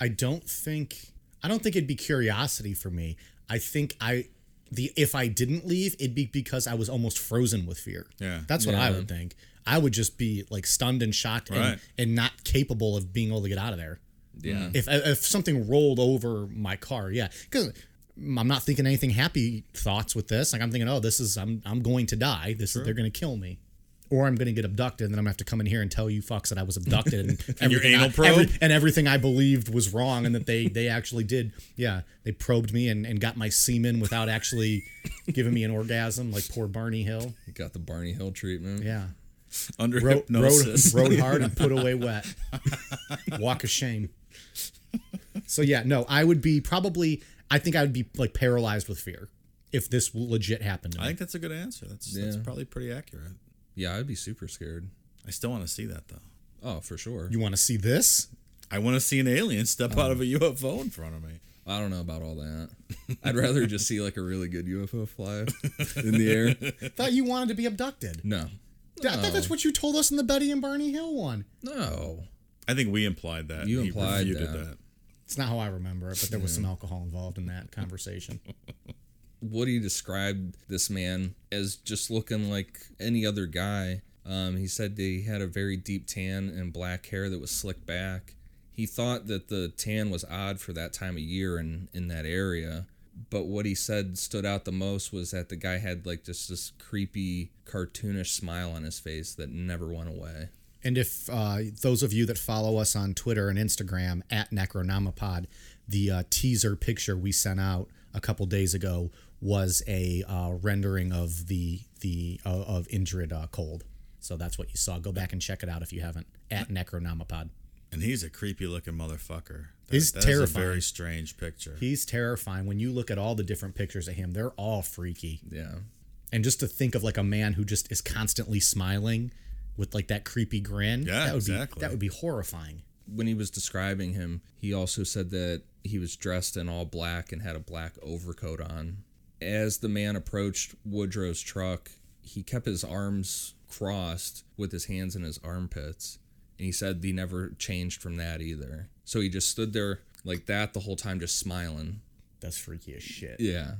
Speaker 2: I don't think I don't think it'd be curiosity for me. I think I the if I didn't leave, it'd be because I was almost frozen with fear.
Speaker 1: Yeah.
Speaker 2: That's what I would think. I would just be like stunned and shocked and,
Speaker 1: Right.
Speaker 2: and not capable of being able to get out of there.
Speaker 3: Yeah.
Speaker 2: If if something rolled over my car, yeah, because I'm not thinking anything happy thoughts with this. Like I'm thinking, oh, this is I'm I'm going to die. This is they're going to kill me, or I'm going to get abducted, and then I'm going to have to come in here and tell you fucks that I was abducted and, everything
Speaker 1: anal
Speaker 2: I-
Speaker 1: probe?
Speaker 2: and everything I believed was wrong, and that they they actually did. Yeah, they probed me and and got my semen without actually giving me an orgasm, like poor Barney Hill.
Speaker 3: He got the Barney Hill treatment.
Speaker 2: Yeah.
Speaker 1: Under
Speaker 2: Rode, rode,
Speaker 1: hypnosis.
Speaker 2: rode hard and put away wet. Walk of shame. So yeah, no, I would be probably. I think I would be like paralyzed with fear if this legit happened. To me.
Speaker 1: I think that's a good answer. That's that's
Speaker 3: Yeah.
Speaker 1: probably pretty accurate.
Speaker 3: Yeah, I'd be super scared.
Speaker 1: I still want to see that though.
Speaker 3: Oh, for sure.
Speaker 2: you want to see this?
Speaker 1: I want to see an alien step out of a UFO in front of me.
Speaker 3: I don't know about all that. I'd rather just see like a really good UFO fly in the air.
Speaker 2: I thought you wanted to be abducted.
Speaker 3: No.
Speaker 2: I thought that's what you told us in the Betty and Barney Hill one.
Speaker 3: No.
Speaker 1: I think we implied that.
Speaker 3: You
Speaker 1: He
Speaker 3: implied
Speaker 1: refuted
Speaker 3: that.
Speaker 2: It's not how I remember it, but there was some alcohol involved in that conversation.
Speaker 3: Woody described this man as just looking like any other guy. Um, he said that he had a very deep tan and black hair that was slicked back. He thought that the tan was odd for that time of year and in that area. But what he said stood out the most was that the guy had like just this creepy, cartoonish smile on his face that never went away.
Speaker 2: And if uh, those of you that follow us on Twitter and Instagram at Necronomipod, the uh, teaser picture we sent out a couple days ago was a uh, rendering of the the uh, of Indrid uh, Cold. So that's what you saw. Go back and check it out if you haven't at Necronomipod.
Speaker 1: And he's a creepy looking motherfucker. That-
Speaker 2: He's
Speaker 1: that is
Speaker 2: terrifying.
Speaker 1: a very strange picture.
Speaker 2: He's terrifying. When you look at all the different pictures of him, they're all freaky.
Speaker 3: Yeah.
Speaker 2: And just to think of like a man who just is constantly smiling with like that creepy grin,
Speaker 1: Yeah,
Speaker 2: that would
Speaker 1: exactly.
Speaker 2: be that would be horrifying.
Speaker 3: when he was describing him, he also said that he was dressed in all black and had a black overcoat on. As the man approached Woodrow's truck, he kept his arms crossed with his hands in his armpits. And he said he never changed from that either. So he just stood there like that the whole time, just smiling.
Speaker 2: That's freaky as shit.
Speaker 3: Yeah.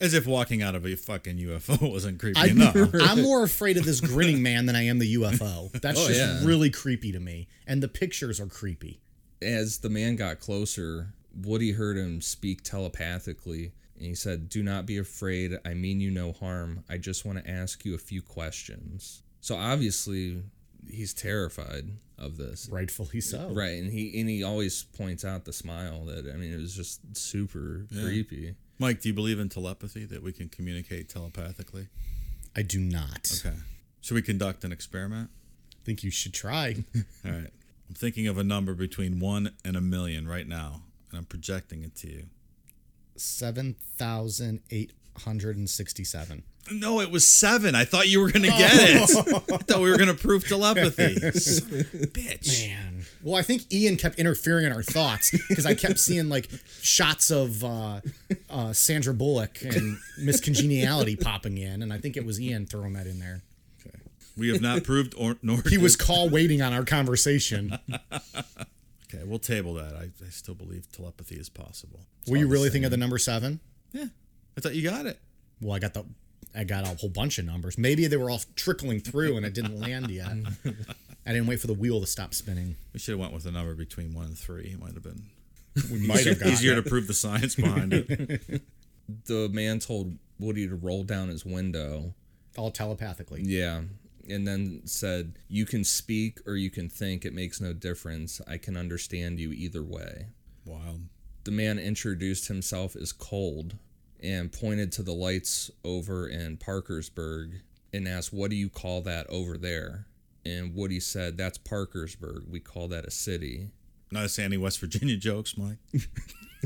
Speaker 1: As if walking out of a fucking UFO wasn't creepy
Speaker 2: I,
Speaker 1: enough.
Speaker 2: I'm more afraid of this grinning man than I am the UFO. That's
Speaker 3: Oh,
Speaker 2: just
Speaker 3: yeah.
Speaker 2: really creepy to me. And the pictures are creepy.
Speaker 3: As the man got closer, Woody heard him speak telepathically. And he said, Do not be afraid. I mean you no harm. I just want to ask you a few questions. So obviously, he's terrified of this.
Speaker 2: Rightfully so.
Speaker 3: Right, and he and he always points out the smile that I mean it was just super creepy.
Speaker 1: Mike, do you believe in telepathy that we can communicate telepathically?
Speaker 2: I do not.
Speaker 1: Okay. Should we conduct an experiment?
Speaker 2: think you should try.
Speaker 1: All right. I'm thinking of a number between one and a million right now, and I'm projecting it to you.
Speaker 2: 7,867.
Speaker 1: No, it was seven. I thought you were going to get it.
Speaker 2: Oh.
Speaker 1: I thought we were going to prove telepathy. Son of a bitch.
Speaker 2: Man. Well, I think Ian kept interfering in our thoughts because I kept seeing like shots of uh, uh, Sandra Bullock and Miss Congeniality popping in, and I think it was Ian throwing that in there.
Speaker 1: We have not proved or nor
Speaker 2: He was call waiting on our conversation.
Speaker 1: Okay, we'll table that. I, I still believe telepathy is possible.
Speaker 2: Were you really thinking of the number seven?
Speaker 1: Yeah. I thought you got it.
Speaker 2: Well, I got the. I got a whole bunch of numbers. Maybe they were all trickling through and it didn't land yet. I didn't wait for the wheel to stop spinning.
Speaker 1: We should have went with a number between one and three. It might have been
Speaker 2: We might have gotten
Speaker 1: easier to
Speaker 2: it.
Speaker 1: prove the science behind it.
Speaker 3: The man told Woody to roll down his window.
Speaker 2: all telepathically.
Speaker 3: Yeah. And then said, You can speak or you can think, it makes no difference. I can understand you either way.
Speaker 1: Wild.
Speaker 3: The man introduced himself as cold and pointed to the lights over in Parkersburg and asked, What do you call that over there? And Woody said, That's Parkersburg. We call that a city.
Speaker 1: Not a any West Virginia jokes, Mike.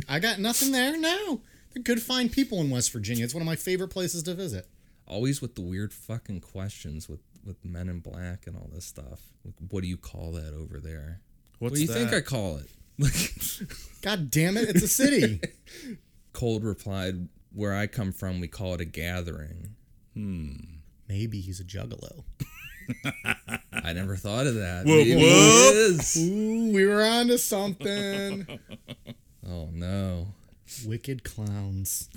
Speaker 2: I got nothing there. No, they're good, fine people in West Virginia. It's one of my favorite places to visit.
Speaker 3: always with the weird fucking questions with with men in black and all this stuff. Like, what do you call that over there?
Speaker 1: What's
Speaker 3: what do you think
Speaker 1: that?
Speaker 3: I call it? Like,
Speaker 2: God damn it, it's a city.
Speaker 3: Cold replied, "Where I come from, we call it a gathering."
Speaker 2: Maybe he's a juggalo.
Speaker 3: I never thought of that.
Speaker 1: Whoop,
Speaker 3: Maybe
Speaker 1: whoop.
Speaker 3: it is.
Speaker 2: Ooh, we were onto something.
Speaker 3: Oh no.
Speaker 2: Wicked clowns.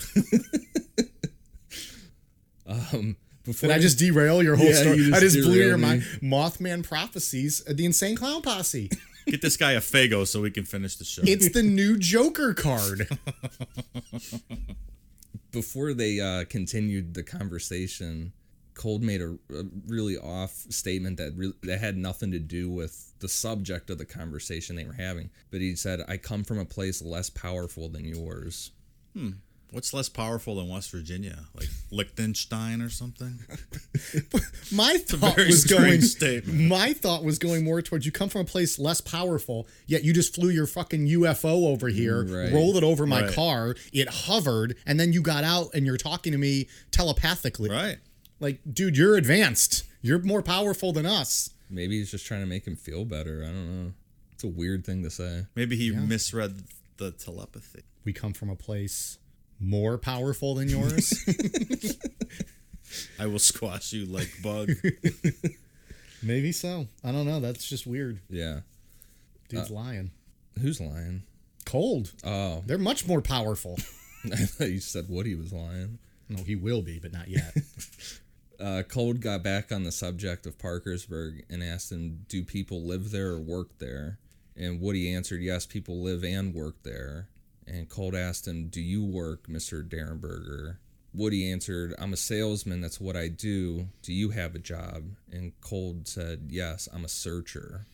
Speaker 3: Um, before
Speaker 2: Did I just derail your whole
Speaker 3: Yeah,
Speaker 2: story?
Speaker 3: you just
Speaker 2: I just blew
Speaker 3: derailed
Speaker 2: your
Speaker 3: me.
Speaker 2: mind. Mothman prophecies, uh, the insane clown posse.
Speaker 1: Get this guy a Fago so we can finish the show.
Speaker 2: It's the new Joker card.
Speaker 3: before they uh, continued the conversation, Cold made a, a really off statement that re- that had nothing to do with the subject of the conversation they were having. But he said, "I come from a place less powerful than yours."
Speaker 1: What's less powerful than West Virginia? Like Liechtenstein or something?
Speaker 2: My thought
Speaker 1: very
Speaker 2: was
Speaker 1: strange
Speaker 2: going.
Speaker 1: statement.
Speaker 2: My thought was going more towards you come from a place less powerful, yet you just flew your fucking UFO over here,
Speaker 3: Right.
Speaker 2: rolled it over my
Speaker 1: Right.
Speaker 2: car, it hovered, and then you got out and you're talking to me telepathically.
Speaker 1: Right.
Speaker 2: Like, dude, you're advanced. You're more powerful than us.
Speaker 3: Maybe he's just trying to make him feel better. I don't know. It's a weird thing to say.
Speaker 1: Maybe he misread the telepathy.
Speaker 2: We come from a place more powerful than yours.
Speaker 1: I will squash you like bug.
Speaker 2: Maybe so. I don't know. That's just weird.
Speaker 3: Yeah.
Speaker 2: Dude's
Speaker 3: Uh,
Speaker 2: lying.
Speaker 3: Who's lying?
Speaker 2: Cold.
Speaker 3: Oh,
Speaker 2: They're much more powerful.
Speaker 3: I thought you said Woody was lying.
Speaker 2: no, he will be, but not yet.
Speaker 3: Uh, Cold got back on the subject of Parkersburg and asked him, Do people live there or work there? And Woody answered, Yes, people live and work there. And Cold asked him, Do you work, Mr. Derenberger? Woody answered, I'm a salesman. That's what I do. Do you have a job? And Cold said, Yes, I'm a searcher.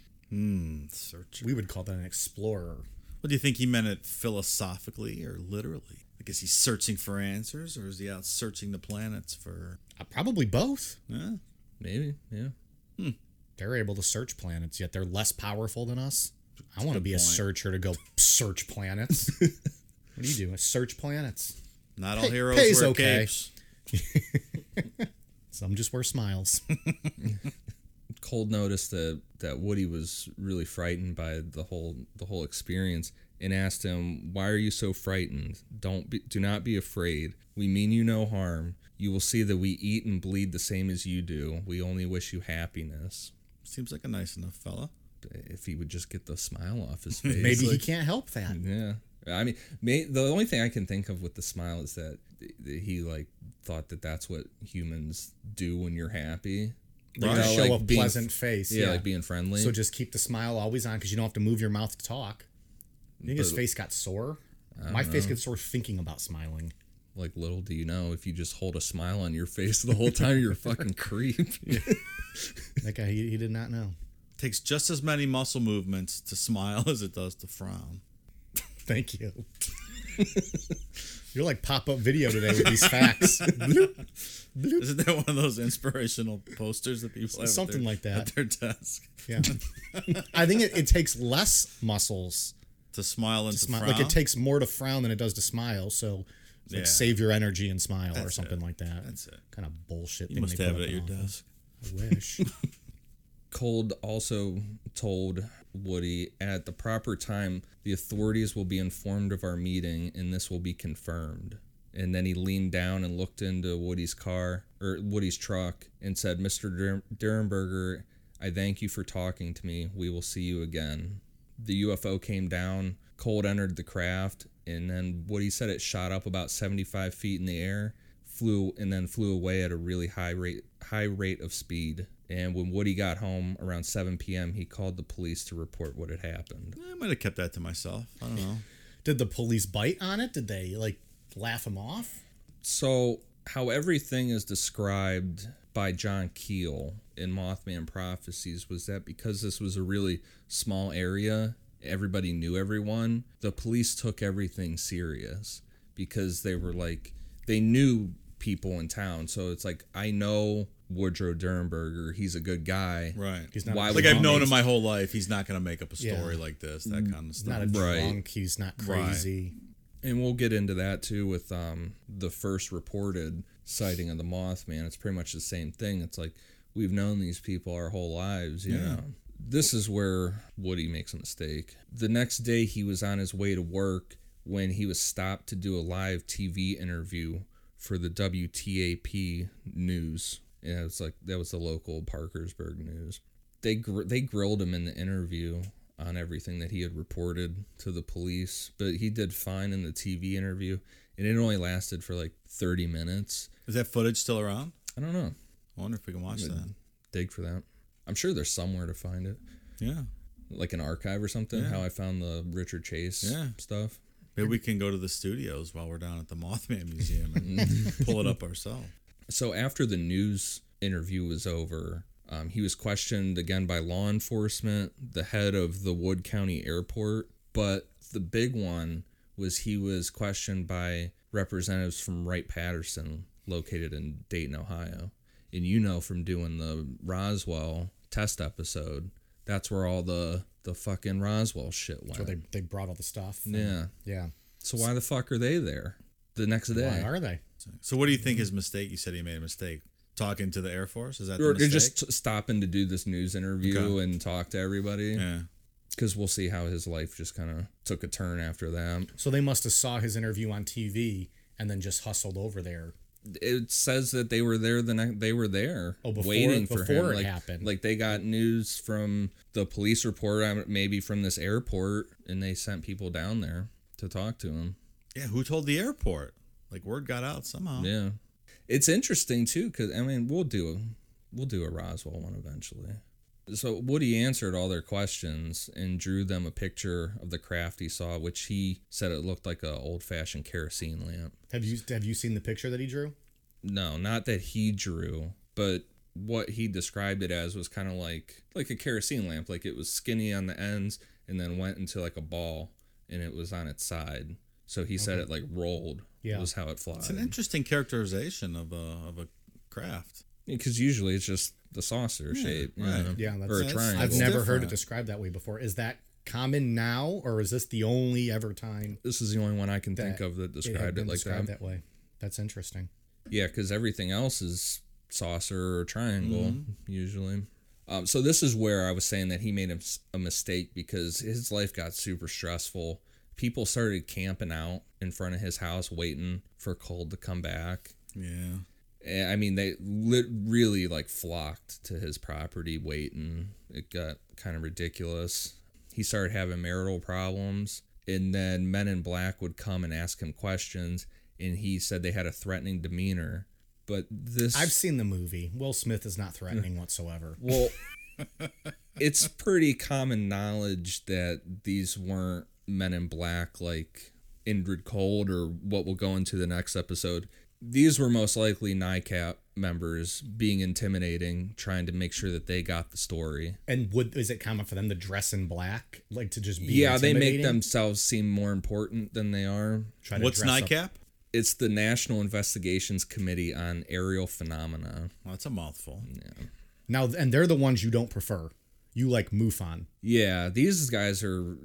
Speaker 1: Searcher.
Speaker 2: we would call that an explorer.
Speaker 1: Hmm, What do you think he meant it philosophically or literally? Like, is he searching for answers or is he out searching the planets for. eh,
Speaker 2: Uh, probably both.
Speaker 1: Huh?
Speaker 3: Maybe, yeah.
Speaker 2: they're able to search planets, yet they're less powerful than us. I want to be a searcher to go search planets. what do you do? Search planets.
Speaker 1: Not all heroes
Speaker 2: pays
Speaker 1: wear
Speaker 2: okay.
Speaker 1: capes.
Speaker 2: Some just wear smiles.
Speaker 3: Cold noticed that that Woody was really frightened by the whole the whole experience and asked him, "Why are you so frightened? Don't be, do not be afraid. We mean you no harm. You will see that we eat and bleed the same as you do. We only wish you happiness."
Speaker 1: Seems like a nice enough fella.
Speaker 3: If he would just get the smile off his face,
Speaker 2: Maybe he can't help that.
Speaker 3: yeah. I mean, may, the only thing I can think of with the smile is that th- th- he like thought that that's what humans do when you're happy.
Speaker 2: They just
Speaker 3: You know,
Speaker 2: show
Speaker 3: like
Speaker 2: a
Speaker 3: being-
Speaker 2: pleasant face.
Speaker 3: yeah, like being friendly.
Speaker 2: so just keep the smile always on because you don't have to move your mouth to talk. You think his face got sore? My face gets sore thinking about smiling.
Speaker 3: like little do you know, if you just hold a smile on your face the whole time, you're a fucking creep.
Speaker 2: That guy, he, he did not know.
Speaker 1: Takes just as many muscle movements to smile as it does to frown.
Speaker 2: Thank you. You're like pop up video today with these facts.
Speaker 1: Isn't that one of those inspirational posters that people have at
Speaker 2: Something
Speaker 1: their-
Speaker 2: like that.
Speaker 1: at their desk
Speaker 2: Yeah. I think it, it takes less muscles.
Speaker 1: to smile and to,
Speaker 2: Smi-
Speaker 1: frown?
Speaker 2: like it takes more to frown than it does to smile. So like
Speaker 1: Yeah.
Speaker 2: save your energy and smile or something
Speaker 1: it.
Speaker 2: like that.
Speaker 1: That's it.
Speaker 2: Kind of bullshit.
Speaker 1: You
Speaker 2: thing
Speaker 1: must
Speaker 2: they
Speaker 1: have
Speaker 2: put
Speaker 1: it at
Speaker 2: up
Speaker 1: your
Speaker 2: in
Speaker 1: desk.
Speaker 2: office. I wish.
Speaker 3: Cold also told Woody at the proper time, the authorities will be informed of our meeting and this will be confirmed. And then he leaned down and looked into Woody's car or Woody's truck and said, Mr. Dur- Durenberger, I thank you for talking to me. We will see you again. The UFO came down. Cold entered the craft, and then Woody said it shot up about 75 feet in the air, flew and then flew away at a really high rate high rate of speed. And when Woody got home around 7 p.m., he called the police to report what had happened.
Speaker 1: I might have kept that to myself. I don't know.
Speaker 2: Did the police bite on it? Did they like laugh him off?
Speaker 3: So, how everything is described by John Keel in Mothman Prophecies was that because this was a really small area, everybody knew everyone, the police took everything serious because they were like, they knew people in town. So, it's like, I know Woodrow Durenberger, he's a good guy.
Speaker 1: Right.
Speaker 2: He's not a,
Speaker 3: Why
Speaker 1: like
Speaker 3: would
Speaker 1: I've
Speaker 3: he
Speaker 1: known
Speaker 3: make-
Speaker 1: him my whole life. He's not going to make up a
Speaker 2: Yeah.
Speaker 1: story like this. That kind of
Speaker 2: he's not a
Speaker 1: stuff.
Speaker 3: Right.
Speaker 2: drunk. He's not crazy.
Speaker 3: and we'll get into that too with um, the first reported sighting of the Mothman. It's pretty much the same thing. It's like we've known these people our whole lives, you know. This is where Woody makes a mistake. The next day, he was on his way to work when he was stopped to do a live TV interview for the WTAP news. And it was like that was the local Parkersburg news they gr- they grilled him in the interview on everything that he had reported to the police, but he did fine in the TV interview, and it only lasted for like 30 minutes.
Speaker 1: Is that footage still around?
Speaker 3: I don't know.
Speaker 1: I wonder if we can watch that.
Speaker 3: Dig for that. I'm sure there's somewhere to find it,
Speaker 1: Yeah.
Speaker 3: like an archive or something. How I found the Richard Chase
Speaker 1: Yeah.
Speaker 3: stuff.
Speaker 1: Maybe we can go to the studios while we're down at the Mothman Museum and pull it up ourselves.
Speaker 3: So after the news interview was over, um, he was questioned again by law enforcement, the head of the Wood County Airport. But the big one was he was questioned by representatives from Wright Patterson, located in Dayton, Ohio. And you know from doing the Roswell test episode, that's where all the the fucking Roswell shit went.
Speaker 2: So they they brought all the stuff.
Speaker 3: yeah.
Speaker 2: Yeah.
Speaker 3: So why the fuck are they there the next day?
Speaker 2: Why are they?
Speaker 1: So, what do you think his mistake? You said he made a mistake talking to the Air Force. Is that the
Speaker 3: or they're
Speaker 1: mistake?
Speaker 3: just stopping to do this news interview
Speaker 1: Okay.
Speaker 3: and talk to everybody
Speaker 1: yeah.
Speaker 3: because we'll see how his life just kind of took a turn after that.
Speaker 2: So they must have saw his interview on TV and then just hustled over there.
Speaker 3: It says that they were there the night they were there,
Speaker 2: Oh, before-
Speaker 3: waiting for him.
Speaker 2: before it
Speaker 3: like,
Speaker 2: happened.
Speaker 3: like they got news from the police report, um, maybe from this airport, and they sent people down there to talk to him.
Speaker 1: Yeah. Who told the airport? Like word got out somehow.
Speaker 3: Yeah, it's interesting too because I mean we'll do a we'll do a Roswell one eventually. So Woody answered all their questions and drew them a picture of the craft he saw, which he said it looked like a old fashioned kerosene lamp.
Speaker 2: Have you have you seen the picture that he drew?
Speaker 3: No, not that he drew, but what he described it as was kind of like like a kerosene lamp, like it was skinny on the ends and then went into like a ball and it was on its side. So he said it like rolled.
Speaker 2: Yeah.
Speaker 3: was how it flies.
Speaker 1: It's an interesting characterization of a of a craft.
Speaker 3: because usually it's just the saucer shape, you
Speaker 1: right.
Speaker 3: know,
Speaker 2: Yeah, that's-
Speaker 3: or a
Speaker 1: that's-
Speaker 3: triangle.
Speaker 2: I've
Speaker 1: It's
Speaker 2: never heard it
Speaker 1: different.
Speaker 2: described that way before. Is that common now, or is this the only ever time
Speaker 3: this is the only one I can think
Speaker 2: that
Speaker 3: of that
Speaker 2: it had
Speaker 3: described it,
Speaker 2: been
Speaker 3: like that.
Speaker 2: described that. way? That's interesting. Mm-hmm.
Speaker 3: Yeah, because everything else is saucer or triangle usually. Um, so this is where I was saying that he made a, s- a mistake because his life got super stressful. People started camping out in front of his house, waiting for cold to come back.
Speaker 1: Yeah.
Speaker 3: Eh, I mean, they lit, really like flocked to his property waiting. It got kind of ridiculous. He started having marital problems, and then men in black would come and ask him questions, and he said they had a threatening demeanor. But this
Speaker 2: I've seen the movie. Will Smith is not threatening whatsoever.
Speaker 3: well, it's pretty common knowledge that these weren't men in black like Indrid Cold or what will go into the next episode. These were most likely NICAP members being intimidating, trying to make sure that they got the story.
Speaker 2: And would is it common for them to dress in black, like to just be?
Speaker 3: yeah, they make
Speaker 2: intimidating?
Speaker 3: themselves seem more important than they are.
Speaker 2: Try to
Speaker 1: What's
Speaker 2: dress up-
Speaker 1: NICAP?
Speaker 3: It's the National Investigations Committee on Aerial Phenomena.
Speaker 1: Well, that's a mouthful.
Speaker 2: Now, and they're the ones you don't prefer. You like MUFON.
Speaker 3: Yeah, these guys are.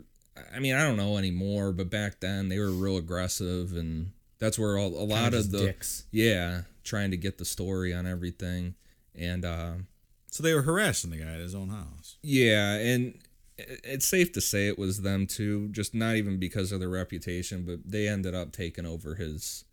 Speaker 3: I mean, I don't know anymore, but back then they were real aggressive, and that's where all, a lot
Speaker 2: just
Speaker 3: of the
Speaker 2: dicks.
Speaker 3: yeah trying to get the story on everything, and uh,
Speaker 1: So they were harassing the guy at his own house.
Speaker 3: yeah, and it- it's safe to say it was them too. Just not even because of their reputation, but they ended up taking over his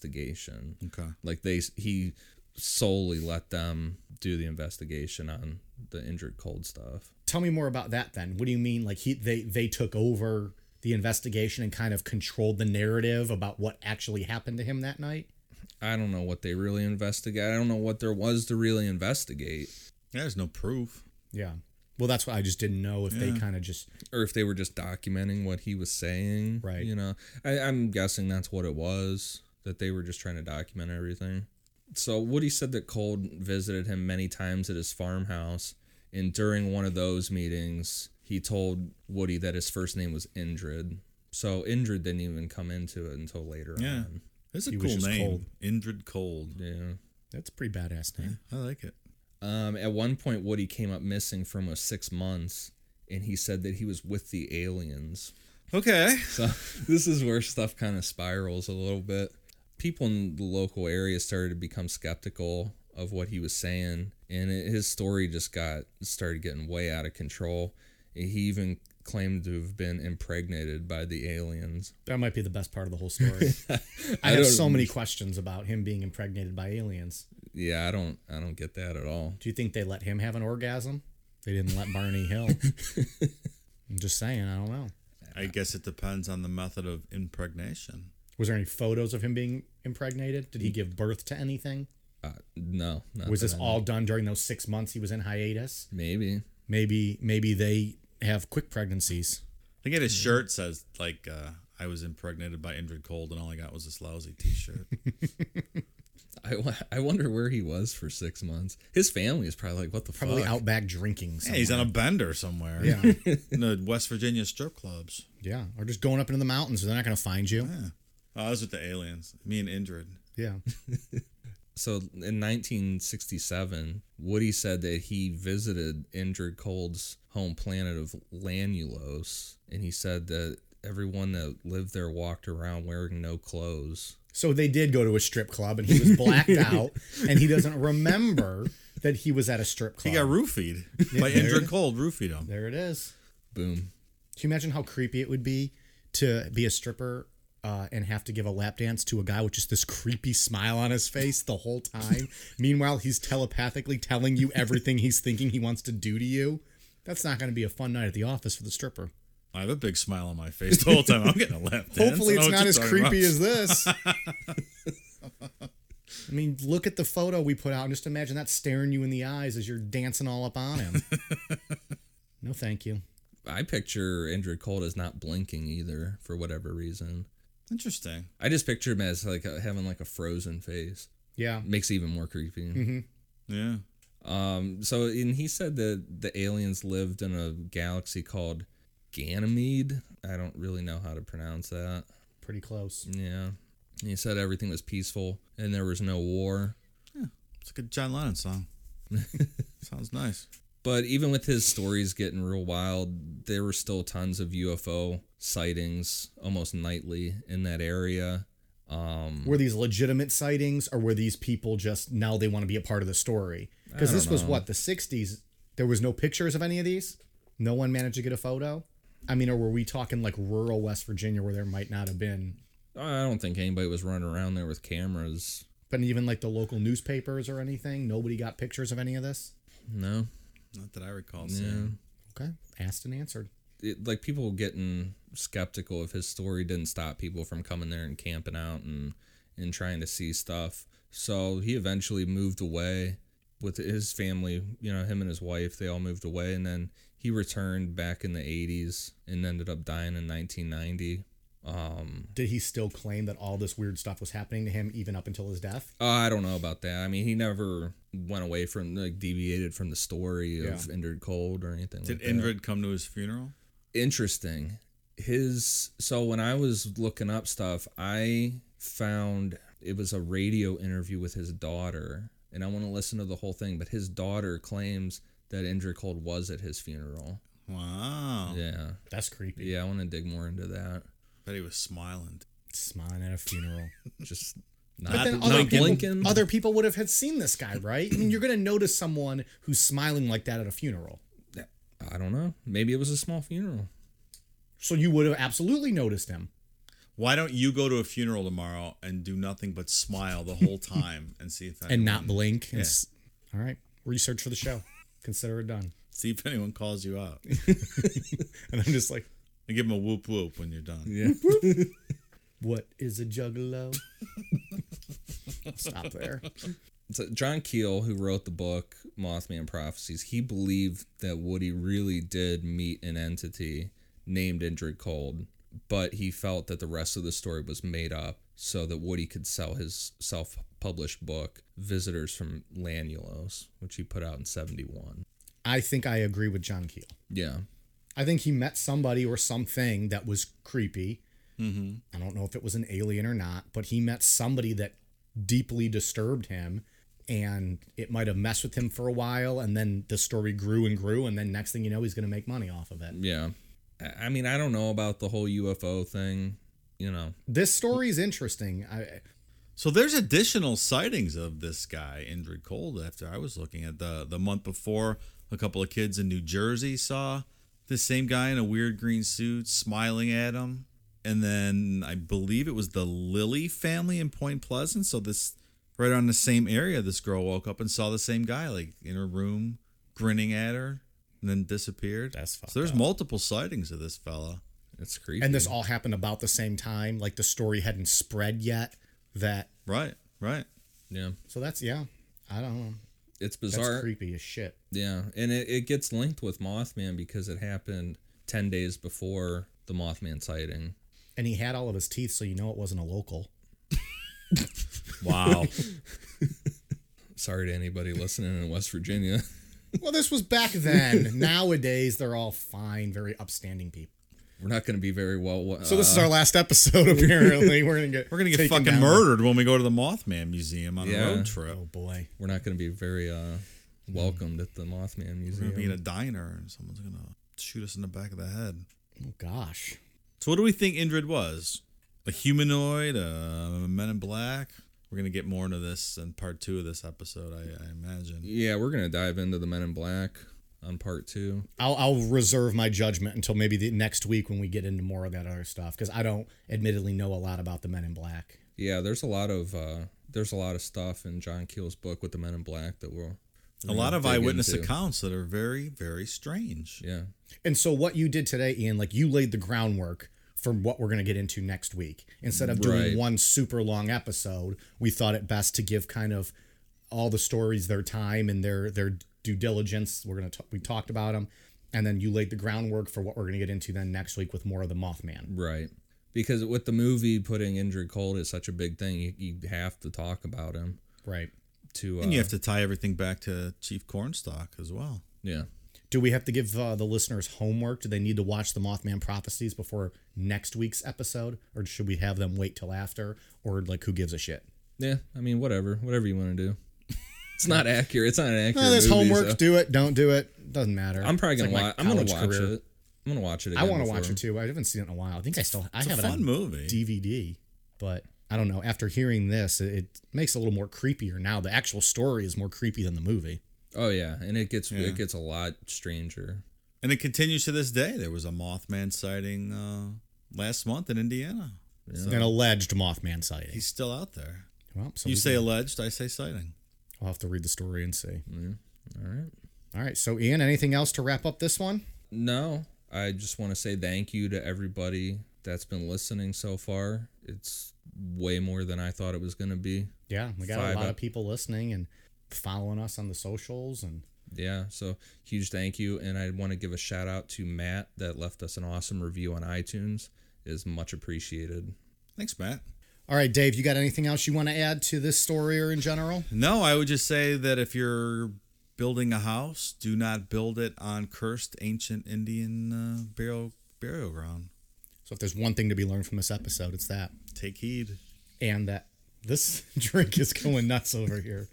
Speaker 3: investigation.
Speaker 1: Okay.
Speaker 3: Like they, he solely let them do the investigation on the injured cold stuff.
Speaker 2: Tell me more about that then. What do you mean? Like he they they took over the investigation and kind of controlled the narrative about what actually happened to him that night.
Speaker 3: I don't know what they really investigate. I don't know what there was to really investigate,
Speaker 1: There's no proof.
Speaker 2: Yeah. Well, that's what I just didn't know if they kind of just
Speaker 3: or if they were just documenting what he was saying.
Speaker 2: Right.
Speaker 3: You know, I, I'm guessing that's what it was that they were just trying to document everything. So Woody said that Cold visited him many times at his farmhouse, and during one of those meetings, he told Woody that his first name was Indrid. So Indrid didn't even come into it until later
Speaker 1: Yeah.
Speaker 3: on.
Speaker 1: That's a
Speaker 2: He was
Speaker 1: cool
Speaker 2: just
Speaker 1: name.
Speaker 2: cold.
Speaker 1: Indrid Cold.
Speaker 3: Yeah.
Speaker 2: that's a pretty badass name.
Speaker 1: I like it.
Speaker 3: Um, at one point, Woody came up missing for almost six months, and he said that he was with the aliens.
Speaker 1: Okay.
Speaker 3: So this is where stuff kind of spirals a little bit. People in the local area started to become skeptical of what he was saying, and it, his story just got started getting way out of control. He even claimed to have been impregnated by the aliens.
Speaker 2: That might be the best part of the whole story. I,
Speaker 3: I
Speaker 2: have
Speaker 3: don't-
Speaker 2: so many questions about him being impregnated by aliens.
Speaker 3: Yeah, I don't, I don't get that at all.
Speaker 2: Do you think they let him have an orgasm? They didn't let Barney Hill. I'm just saying, I don't know.
Speaker 1: I guess it depends on the method of impregnation.
Speaker 2: Was there any photos of him being impregnated? Did he give birth to anything?
Speaker 3: Uh, no, not
Speaker 2: Was
Speaker 3: that
Speaker 2: this
Speaker 3: I-
Speaker 2: all done during those six months he was in hiatus?
Speaker 3: Maybe.
Speaker 2: Maybe maybe they have quick pregnancies.
Speaker 1: I think his shirt says like uh, I was impregnated by Indrid Cold, and all I got was this lousy T-shirt.
Speaker 3: I, wo- I wonder where he was for six months. His family is probably like, what the
Speaker 2: Probably
Speaker 3: fuck?
Speaker 2: out back drinking.
Speaker 1: yeah,
Speaker 2: Somewhere.
Speaker 1: he's on a bender somewhere.
Speaker 2: Yeah.
Speaker 1: in the West Virginia strip clubs.
Speaker 2: yeah, or just going up into the mountains. They're not going to find you.
Speaker 1: Oh, I was with the aliens. Me and Indrid.
Speaker 2: Yeah.
Speaker 3: So in 1967, Woody said that he visited Indrid Cold's home planet of Lanulos, and he said that everyone that lived there walked around wearing no clothes.
Speaker 2: So they did go to a strip club, and he was blacked out, and he doesn't remember that he was at a strip
Speaker 1: He
Speaker 2: club.
Speaker 1: got roofied by Indrid Cold. Roofied him.
Speaker 2: there it is.
Speaker 3: Boom.
Speaker 2: Can you imagine how creepy it would be to be a stripper uh, and have to give a lap dance to a guy with just this creepy smile on his face the whole time? Meanwhile, he's telepathically telling you everything he's thinking he wants to do to you. That's not going to be a fun night at the office for the stripper.
Speaker 1: I have a big smile on my face the whole time. I'm getting a lap dance.
Speaker 2: Hopefully,
Speaker 1: I know
Speaker 2: it's
Speaker 1: what
Speaker 2: not
Speaker 1: you're
Speaker 2: as
Speaker 1: talking
Speaker 2: creepy
Speaker 1: about.
Speaker 2: as this. I mean, look at the photo we put out and just imagine that staring you in the eyes as you're dancing all up on him. no, thank you.
Speaker 3: I picture Indrid Cold as not blinking either for whatever reason.
Speaker 1: Interesting.
Speaker 3: I just picture him as like a, having like a frozen face.
Speaker 2: Yeah.
Speaker 3: Makes it even more creepy.
Speaker 1: Yeah.
Speaker 3: Um, so and he said that the aliens lived in a galaxy called Ganymede. I don't really know how to pronounce that.
Speaker 2: Pretty close.
Speaker 3: Yeah. And he said everything was peaceful and there was no war.
Speaker 1: It's like a John Lennon song. Sounds nice.
Speaker 3: But even with his stories getting real wild, there were still tons of UFO sightings almost nightly in that area. Um,
Speaker 2: Were these legitimate sightings or were these people just now they want to be a part of the story? Because this was what the 60s There was no pictures of any of these. No one managed to get a photo. I mean, or were we talking like rural West Virginia where there might not have been?
Speaker 3: I don't think anybody was running around there with cameras.
Speaker 2: But even like the local newspapers or anything, nobody got pictures of any of this.
Speaker 3: No.
Speaker 1: Not that I recall seeing.
Speaker 2: Okay, asked and answered.
Speaker 3: It, like people getting skeptical if his story didn't stop people from coming there and camping out and and trying to see stuff. So he eventually moved away with his family, you know, him and his wife, they all moved away and then he returned back in the 80s and ended up dying in 1990. Um,
Speaker 2: Did he still claim that all this weird stuff was happening to him even up until his death?
Speaker 3: Uh, I don't know about that. I mean, he never went away from like deviated from the story of
Speaker 2: Yeah.
Speaker 3: Indrid Cold or anything.
Speaker 1: Did
Speaker 3: like that.
Speaker 1: Ingrid come to his funeral?
Speaker 3: Interesting. His so when I was looking up stuff, I found it was a radio interview with his daughter, and I want to listen to the whole thing. But his daughter claims that Indrid Cold was at his funeral.
Speaker 1: Wow.
Speaker 3: Yeah,
Speaker 2: That's creepy.
Speaker 3: yeah. I want to dig more into that.
Speaker 1: But he was smiling.
Speaker 2: Smiling at a funeral.
Speaker 3: Just
Speaker 2: But
Speaker 3: not,
Speaker 2: then
Speaker 3: not
Speaker 2: other
Speaker 3: blinking.
Speaker 2: people, other people would have had seen this guy, right? I mean, you're going to notice someone who's smiling like that at a funeral.
Speaker 3: I don't know. Maybe it was a small funeral.
Speaker 2: So you would have absolutely noticed him.
Speaker 1: Why don't you go to a funeral tomorrow and do nothing but smile the whole time and see if anyone,
Speaker 2: and not blink. And s- All right, research for the show. Consider it done.
Speaker 1: see if anyone calls you out?
Speaker 2: And I'm just like,
Speaker 1: And give them a whoop whoop when you're done.
Speaker 2: what is a juggalo? Stop there.
Speaker 3: So John Keel, who wrote the book Mothman Prophecies, he believed that Woody really did meet an entity named Indrid Cold, but he felt that the rest of the story was made up so that Woody could sell his self published book, Visitors from Lanulos, which he put out in 71.
Speaker 2: I think I agree with John Keel.
Speaker 3: Yeah.
Speaker 2: I think he met somebody or something that was creepy. I don't know if it was an alien or not, but he met somebody that deeply disturbed him and it might have messed with him for a while and then the story grew and grew and then next thing you know he's going to make money off of it.
Speaker 3: Yeah. I- I mean, I don't know about the whole UFO thing, you know.
Speaker 2: This story is interesting. I
Speaker 1: So there's additional sightings of this guy, Indrid Cold, after I was looking at the the month before, a couple of kids in New Jersey saw the same guy in a weird green suit smiling at him. And then I believe it was the Lilly family in Point Pleasant. So this right on the same area, this girl woke up and saw the same guy, like in her room, grinning at her, and then disappeared.
Speaker 2: That's fucked
Speaker 1: so there's multiple sightings of this fella.
Speaker 3: It's creepy.
Speaker 2: and this all happened about the same time like the story hadn't spread yet that
Speaker 1: Right, right.
Speaker 3: yeah.
Speaker 2: so that's yeah i don't know that's
Speaker 3: It's bizarre.
Speaker 2: creepy as shit
Speaker 3: Yeah, and it, it gets linked with Mothman because it happened 10 days before the Mothman sighting.
Speaker 2: and he had all of his teeth so you know it wasn't a local
Speaker 1: Wow.
Speaker 3: Sorry to anybody listening in West Virginia.
Speaker 2: well this was back then nowadays they're all fine very upstanding people
Speaker 3: We're not going to be very well. uh,
Speaker 2: so this is our last episode apparently we're gonna get
Speaker 1: Uh. We're gonna get
Speaker 2: taken
Speaker 1: fucking
Speaker 2: down.
Speaker 1: murdered when we go to the Mothman Museum on
Speaker 3: Yeah.
Speaker 1: a road trip.
Speaker 2: oh boy
Speaker 3: We're not going to be very uh, welcomed at the Mothman
Speaker 1: We're gonna be in
Speaker 3: Museum.
Speaker 1: a diner and someone's gonna shoot us in the back of the head.
Speaker 2: oh gosh
Speaker 1: So what do we think Indrid was? A humanoid, a Men in Black? We're gonna get more into this in part two of this episode, I, I imagine.
Speaker 3: yeah, we're going to dive into the Men in Black on part two.
Speaker 2: I'll, I'll reserve my judgment until maybe the next week when we get into more of that other stuff because i don't admittedly know a lot about the men in black
Speaker 3: Yeah, there's a lot of uh, there's a lot of stuff in John Keel's book with the Men in Black that we'll.
Speaker 1: A lot of
Speaker 3: dig
Speaker 1: eyewitness
Speaker 3: into.
Speaker 1: accounts that are very, very strange.
Speaker 3: Yeah,
Speaker 2: And so what you did today, Ian, like you laid the groundwork for what we're going to get into next week. Instead of doing
Speaker 3: Right.
Speaker 2: one super long episode, we thought it best to give kind of all the stories their time and their their due diligence. We're going to we talked about them and then you laid the groundwork for what we're going to get into then next week with more of the Mothman.
Speaker 3: right. Because with the movie putting Indrid Cold is such a big thing, you, you have to talk about him
Speaker 2: Right.
Speaker 3: to. Uh,
Speaker 1: And you have to tie everything back to Chief Cornstalk as well.
Speaker 3: yeah.
Speaker 2: Do we have to give uh, the listeners homework? Do they need to watch the Mothman prophecies before next week's episode or should we have them wait till after or like who gives a shit?
Speaker 3: Yeah, I mean, whatever, whatever you want to do. It's not accurate. It's not an accurate.
Speaker 2: Oh, this
Speaker 3: movie,
Speaker 2: homework,
Speaker 3: so-
Speaker 2: do it, don't do it. Doesn't matter.
Speaker 3: I'm probably
Speaker 2: It's
Speaker 3: gonna
Speaker 2: like my
Speaker 3: watch. I'm gonna
Speaker 2: college
Speaker 3: watch
Speaker 2: career.
Speaker 3: it. I'm gonna watch it.
Speaker 2: I
Speaker 3: Again
Speaker 2: want to
Speaker 3: before.
Speaker 2: watch it too. I haven't seen it in a while. I think I still I
Speaker 1: It's
Speaker 2: have
Speaker 1: a
Speaker 2: it
Speaker 1: fun
Speaker 2: on
Speaker 1: movie.
Speaker 2: DVD, but I don't know. After hearing this, it, it makes it a little more creepier now. The actual story is more creepy than the movie.
Speaker 3: Oh yeah, and it gets it gets a lot stranger.
Speaker 1: And it continues to this day. There was a Mothman sighting uh, last month in Indiana.
Speaker 2: An alleged Mothman sighting.
Speaker 1: He's still out there.
Speaker 2: well, so
Speaker 1: You
Speaker 2: we-
Speaker 1: say alleged, I say sighting.
Speaker 2: I'll have to read the story and see.
Speaker 3: Mm. All right.
Speaker 2: All right, so Ian, anything else to wrap up this one?
Speaker 3: No, I just want to say thank you to everybody that's been listening so far. It's way more than I thought it was going to be.
Speaker 2: Yeah, we got
Speaker 3: Five
Speaker 2: a lot
Speaker 3: up.
Speaker 2: of people listening and following us on the socials, and
Speaker 3: Yeah, so huge thank you. And I want to give a shout out to Matt that left us an awesome review on iTunes. It is much appreciated.
Speaker 1: Thanks, Matt.
Speaker 2: all right, Dave, you got anything else you want to add to this story or in general?
Speaker 1: No, I would just say that if you're building a house, do not build it on cursed ancient Indian uh, burial burial ground.
Speaker 2: So if there's one thing to be learned from this episode, it's that.
Speaker 1: Take heed.
Speaker 2: and that this drink is going nuts over here.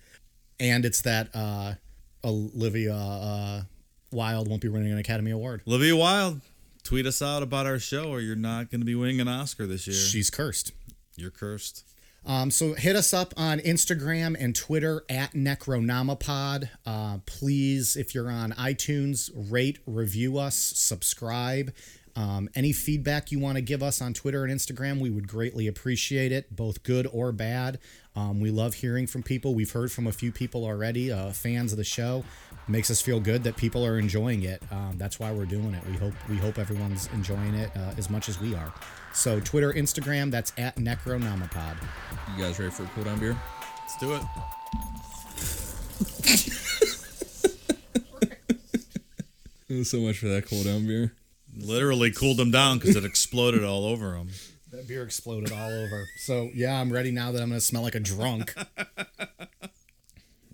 Speaker 2: And it's that uh, Olivia uh, Wilde won't be winning an Academy Award.
Speaker 1: Olivia Wilde, tweet us out about our show, or you're not going to be winning an Oscar this year.
Speaker 2: She's cursed.
Speaker 1: you're cursed.
Speaker 2: Um, so hit us up on Instagram and Twitter at Necronomapod. Uh, please, if you're on iTunes, rate, review us, subscribe. Um, any feedback you want to give us on Twitter and Instagram, we would greatly appreciate it, both good or bad. Um, we love hearing from people. We've heard from a few people already, uh, fans of the show. Makes us feel good that people are enjoying it. Um, that's why we're doing it. We hope we hope everyone's enjoying it uh, as much as we are. So Twitter, Instagram, that's at Necronomapod.
Speaker 3: You guys ready for a cool down beer?
Speaker 1: Let's do it.
Speaker 3: So much for that cool down beer.
Speaker 1: Literally cooled them down because it exploded all over them.
Speaker 2: That beer exploded all over. So yeah, I'm ready now that I'm gonna smell like a drunk.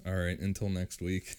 Speaker 3: All right, until next week.